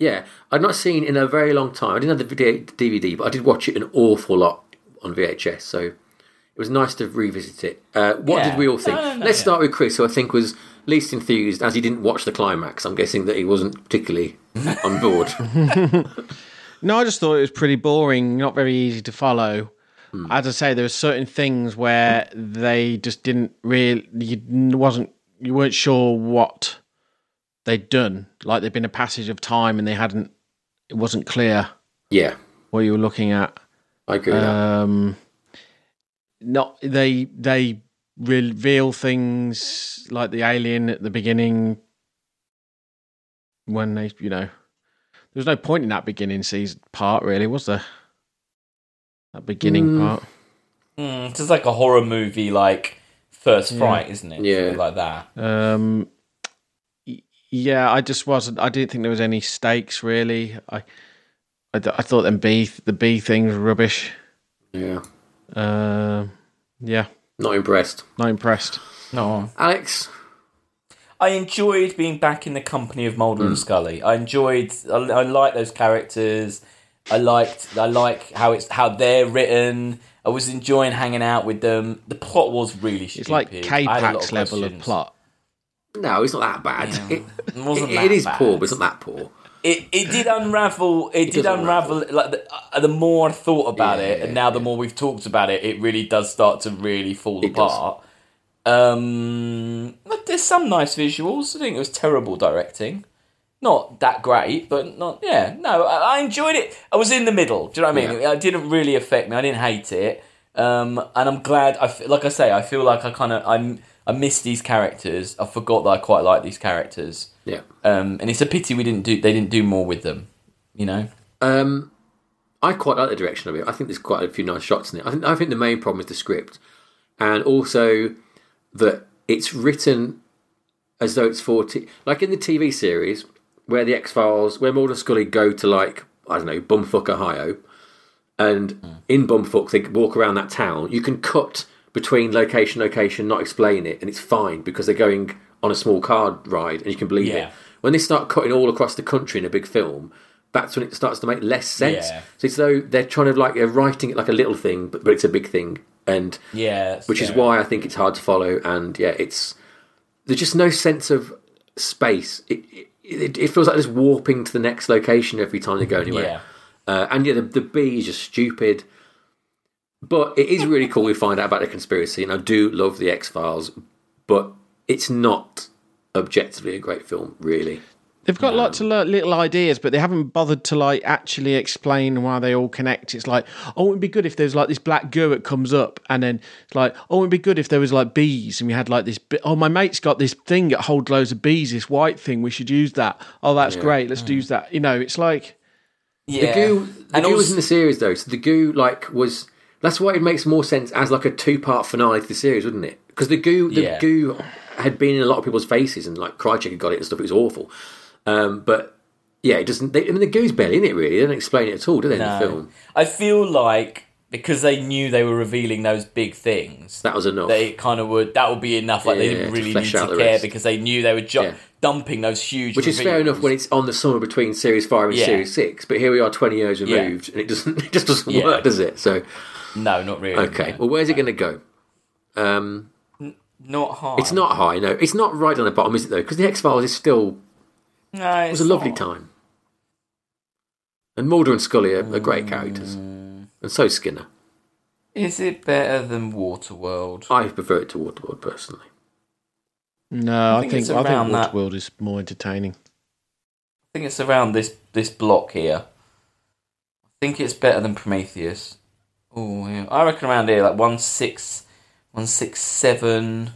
A: yeah. I'd not seen in a very long time. I didn't have the video- DVD, but I did watch it an awful lot on VHS. So it was nice to revisit it. Uh, what
B: Yeah.
A: did we all think?
B: No, no, no,
A: Let's
B: yeah.
A: start with Chris, who I think was least enthused, as he didn't watch the climax. I'm guessing that he wasn't
B: *laughs*
A: particularly on board.
C: No, I just thought it was pretty boring, not very easy to follow. As I say, there were certain things where they just didn't really, you n- wasn't you weren't sure what they'd done. Like there'd been a passage of time and they hadn't. It wasn't clear
A: Yeah,
C: what you were looking at.
A: I agree
B: Uh,
A: with that.
C: Um, not they they reveal things like the alien at the beginning when they you know there was no point in that beginning season part really was there that beginning
A: Mm.
C: part
B: Mm, it's just like a horror movie, like First Fright, isn't it?
A: Yeah.
B: Something like that.
C: Um, y- yeah, I just wasn't. I didn't think there was any stakes really. I, I, th- I thought them B the B thing was rubbish.
A: Yeah,
C: Um, yeah,
A: not impressed.
C: not impressed.
B: No,
A: Alex,
B: I enjoyed being back in the company of Mulder
A: Mm.
B: and Scully. I enjoyed. I, I like those characters. I liked. I like how it's how they're written. I was enjoying hanging out with them. The plot was really stupid.
C: It's like K
B: I had a lot
C: Pax level
B: questions.
C: of plot.
A: no, it's not that bad. It,
B: It wasn't
A: it-
B: that
A: it is
B: bad.
A: poor, but it's not that poor.
B: It it did unravel. It, did
A: does
B: unravel. Like the, uh, the more I thought about
A: Yeah,
B: it, and now the more we've talked about it, it really does start to really fall
A: It does.
B: apart. Um, but there's some nice visuals. I think it was terrible directing. Not that great, but not yeah. No, I, I enjoyed it. I was in the middle. Do you know what I mean?
A: Yeah.
B: It didn't really affect me. I didn't hate it. Um, and I'm glad. I f- like I say, I feel like I kind of I'm I miss these characters. I forgot that I quite like these characters.
A: Yeah.
B: Um, and it's a pity we didn't do they didn't do more with them, you know.
A: Um, I quite like the direction of it. I think there's quite a few nice shots in it. I think I think the main problem is the script, and also that it's written as though it's forty, like in the TV series where the X Files, where Mulder and Scully go to like I don't know Bumfuck, Ohio, and
B: Hmm.
A: in Bumfuck they walk around that town. You can cut between location location, not explain it, and it's fine because they're going on a small car ride, and you can believe
B: Yeah.
A: it. When they start cutting all across the country in a big film, that's when it starts to make less sense.
B: Yeah.
A: So it's though they're trying to like they're writing it like a little thing, but, but it's a big thing, and
B: Yeah,
A: which is why I think it's hard to follow. And yeah, it's there's just no sense of space. It it, it, it feels like just warping to the next location every time they go anywhere.
B: Yeah.
A: Uh, and yeah, the, the B is just stupid. But it is really cool we find out about the conspiracy, and I do love the X Files, but it's not objectively a great film, really.
C: They've got lots of lo- little ideas, but they haven't bothered to like actually explain why they all connect. It's like, oh, it'd be good if there's like this black goo that comes up, and then it's like, oh, it'd be good if there was like bees, and we had like this. Bi- oh, my mate's got this thing that holds loads of bees, this white thing. We should use that. Oh, that's great.
B: Mm.
C: Let's use that. You know, it's like
B: yeah.
A: The goo, the
B: and
A: goo was
B: also,
A: in the series though, so the goo like was. That's why it makes more sense as like a two-part finale to the series, wouldn't it? Because the goo, the
B: Yeah.
A: goo had been in a lot of people's faces, and like Krychek had got it and stuff. It was awful. Um, but yeah, it doesn't. They, I mean, the goo's barely in it really. They don't explain it at all, do they? In the film,
B: I feel like because they knew they were revealing those big things,
A: that was enough.
B: they kind of would that would be enough. Like they
A: Yeah,
B: didn't
A: to
B: really need
A: flesh
B: to
A: out the
B: care
A: rest.
B: because they knew they were ju-
A: Yeah.
B: dumping those huge.
A: which is fair enough when it's on the summer between series five and
B: Yeah.
A: series six, but here we are twenty years
B: Yeah.
A: removed, and it doesn't, *laughs* it just doesn't
B: Yeah.
A: work, does it? So
B: no, not really.
A: okay,
B: no.
A: well, where's it going to go? Um,
B: not hard.
A: it's not high, no. It's not right on the bottom, is it though? Because the X Files is still
B: No,
A: It was a lovely time. And Mulder and Scully are, are great characters. And so is Skinner.
B: Mm. Is it better than Waterworld?
A: I prefer it to Waterworld personally.
C: no,
B: I
C: I
B: think
C: think
B: it's
C: I
B: around
C: think
B: that.
C: Waterworld is more entertaining.
B: I think it's around this this block here. I think it's better than Prometheus. Oh, yeah. I reckon around here, like one six, one six seven.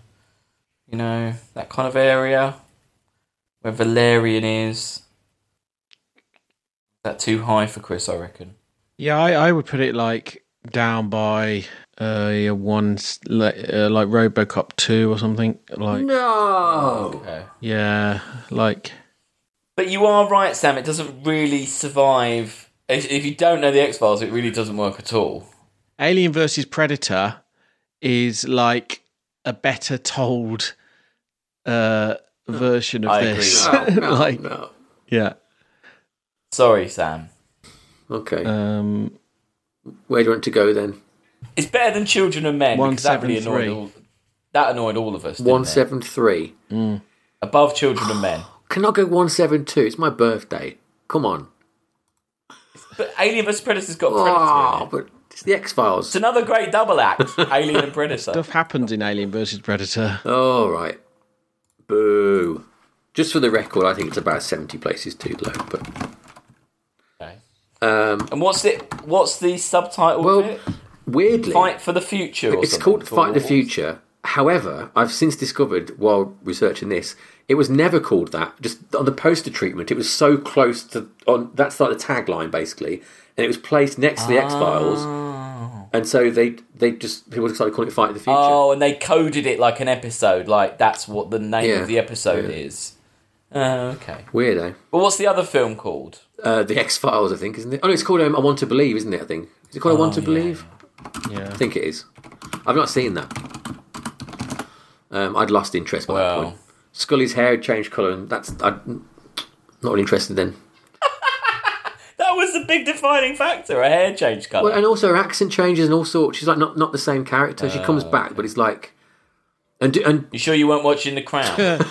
B: You know that kind of area where Valerian is. That too high for Chris, I reckon.
C: Yeah, I, I would put it like down by uh yeah, one s- like, uh, like RoboCop two or something like
A: No!
B: Okay.
C: yeah like
B: But you are right, Sam. It doesn't really survive. If, if you don't know the X Files, it really doesn't work at all.
C: Alien versus Predator is like a better told uh version of
B: I agree
C: this. *laughs*
A: No, no,
C: like
A: no.
C: yeah.
B: Sorry, Sam.
A: Okay.
C: Um
A: Where do you want to go then?
B: It's better than Children of Men because that really annoyed
C: 173.
B: all, that annoyed all of us. didn't it?
A: 173.
B: above Children of Men,
A: Can I go 172? It's my birthday. Come on.
B: but Alien vs Predator's got Predator. in
A: Oh,
B: it.
A: but it's the X
B: It's
A: Files.
B: another
A: *laughs*
B: great double act, Alien and Predator.
C: stuff happens in Alien versus Predator.
A: All right. Boo. Just for the record, I think it's about 70 places too low. But
B: Okay. and what's it? What's the subtitle? of
A: Um, well,
B: it?
A: oh, weirdly,
B: Fight for the Future. Or
A: it's
B: something?
A: called Fight the
B: Or-
A: Future. However, I've since discovered while researching this, it was never called that. Just on the poster treatment, it was so close to on that's like the tagline basically, and it was placed next to the X
B: Ah.
A: Files, and so they they just people decided to call it Fight the Future.
B: Oh, and they coded it like an episode. Like that's what the name
A: Yeah.
B: of the episode
A: Yeah.
B: is. Oh, okay.
A: Weirdo.
B: But what's the other film called?
A: Uh, the X Files, I think, isn't it? Oh, no, it's called um, I Want to Believe, isn't it? I think is it called I Want to
B: Oh, yeah.
A: Believe?
C: Yeah.
A: I think it is. I've not seen that. Um, I'd lost interest by
B: Well.
A: that point. Scully's hair had changed colour, and that's I'm not really interested then.
B: That was the big defining factor. A hair change colour.
A: Well, and also her accent changes and all sorts. She's like not not the same character. She
B: Oh,
A: comes back, but it's like, and do- and
B: you sure you weren't watching The
A: *laughs*
B: Crown?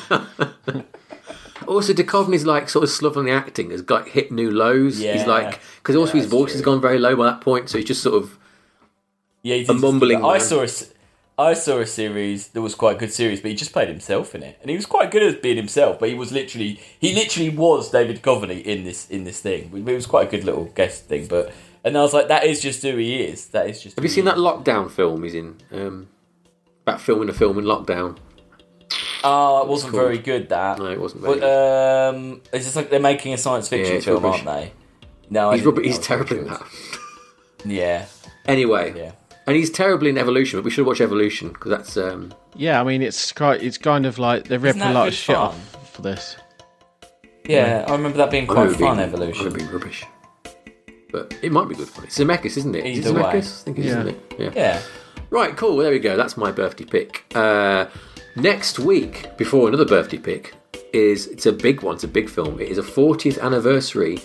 A: also Duchovny's like sort of slovenly acting has got hit new lows.
B: Yeah.
A: He's like because also
B: Yeah,
A: his
B: that's
A: voice has
B: true.
A: gone very low by that point, so he's just sort of
B: yeah, he did-
A: mumbling
B: I
A: man.
B: saw a, s- I saw a series that was quite a good series, but he just played himself in it, and he was quite good at being himself. But he was literally, he literally was David Coveney in this in this thing. It was quite a good little guest thing, but and I was like, that is just who he is. That is just.
A: Have you seen that lockdown film he's in? Um, about filming a film in lockdown.
B: Oh, it wasn't
A: called?
B: very good. That
A: No, it wasn't very
B: But, um, it's just like they're making a science fiction
A: Yeah, it's
B: film,
A: rubbish.
B: aren't they? No, I
A: He's
B: didn't
A: rubber,
B: think
A: he's
B: that
A: terrible in
B: was
A: that.
B: good. Yeah,
A: Anyway,
B: yeah.
A: and he's terrible in Evolution, but we should watch Evolution because that's um,
C: Yeah, I mean, it's quite, it's kind of like they're ripping
B: that
C: a lot
B: good
C: of shit
B: fun?
C: off for this.
B: Yeah, I remember that being
A: I
B: quite
A: remember
B: fun,
A: being- I
B: Evolution.
A: remember being rubbish, but it might be good fun. It's Zemeckis, isn't it? Is it
B: Either way.
A: Zemeckis? I think it is,
C: Yeah.
A: isn't it? Yeah.
B: Yeah.
A: Right, cool. There we go. That's my birthday pick. Uh, next week, before another birthday pick, is it's a big one. It's a big film. It is a 40th anniversary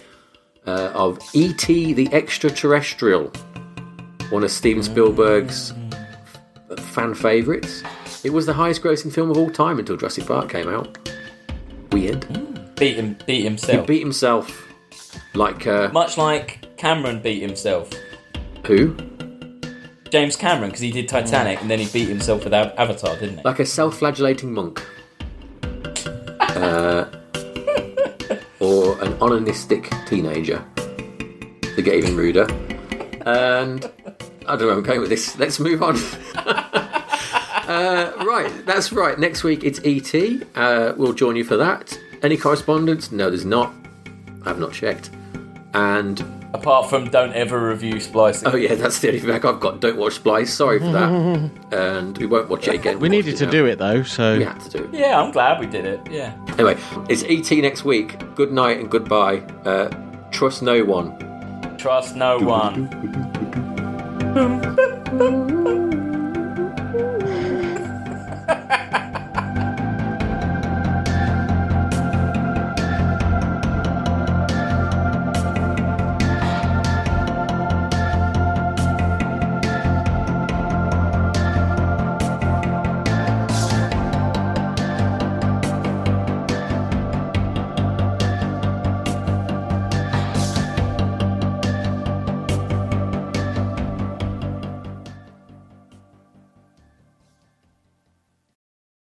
A: uh, of E.T. the Extraterrestrial, one of Steven Spielberg's fan favourites. It was the highest grossing film of all time until Jurassic Park came out. Weird.
B: Beat him beat
A: He
B: himself.
A: beat himself like uh,
B: Much like Cameron beat himself.
A: who?
B: James Cameron, because he did Titanic and then he beat himself with Av- Avatar, didn't he?
A: Like a self flagellating monk. uh, or an onanistic teenager. The Gavin Ruder. And I don't know where I'm going with this. Let's move on. *laughs* uh, right, that's right. Next week it's ET. Uh, we'll join you for that. Any correspondence? No, there's not. I've not checked. And
B: Apart from don't ever review splicing.
A: oh, yeah, that's the only feedback I've got. Don't watch Splice. Sorry for
C: *laughs*
A: that. and we won't watch it again.
C: We needed to do it though, so
A: We had to do it.
B: yeah, I'm glad we did it. Yeah.
A: Anyway, it's ET next week. Good night and goodbye. Uh, trust no one.
B: Trust no one.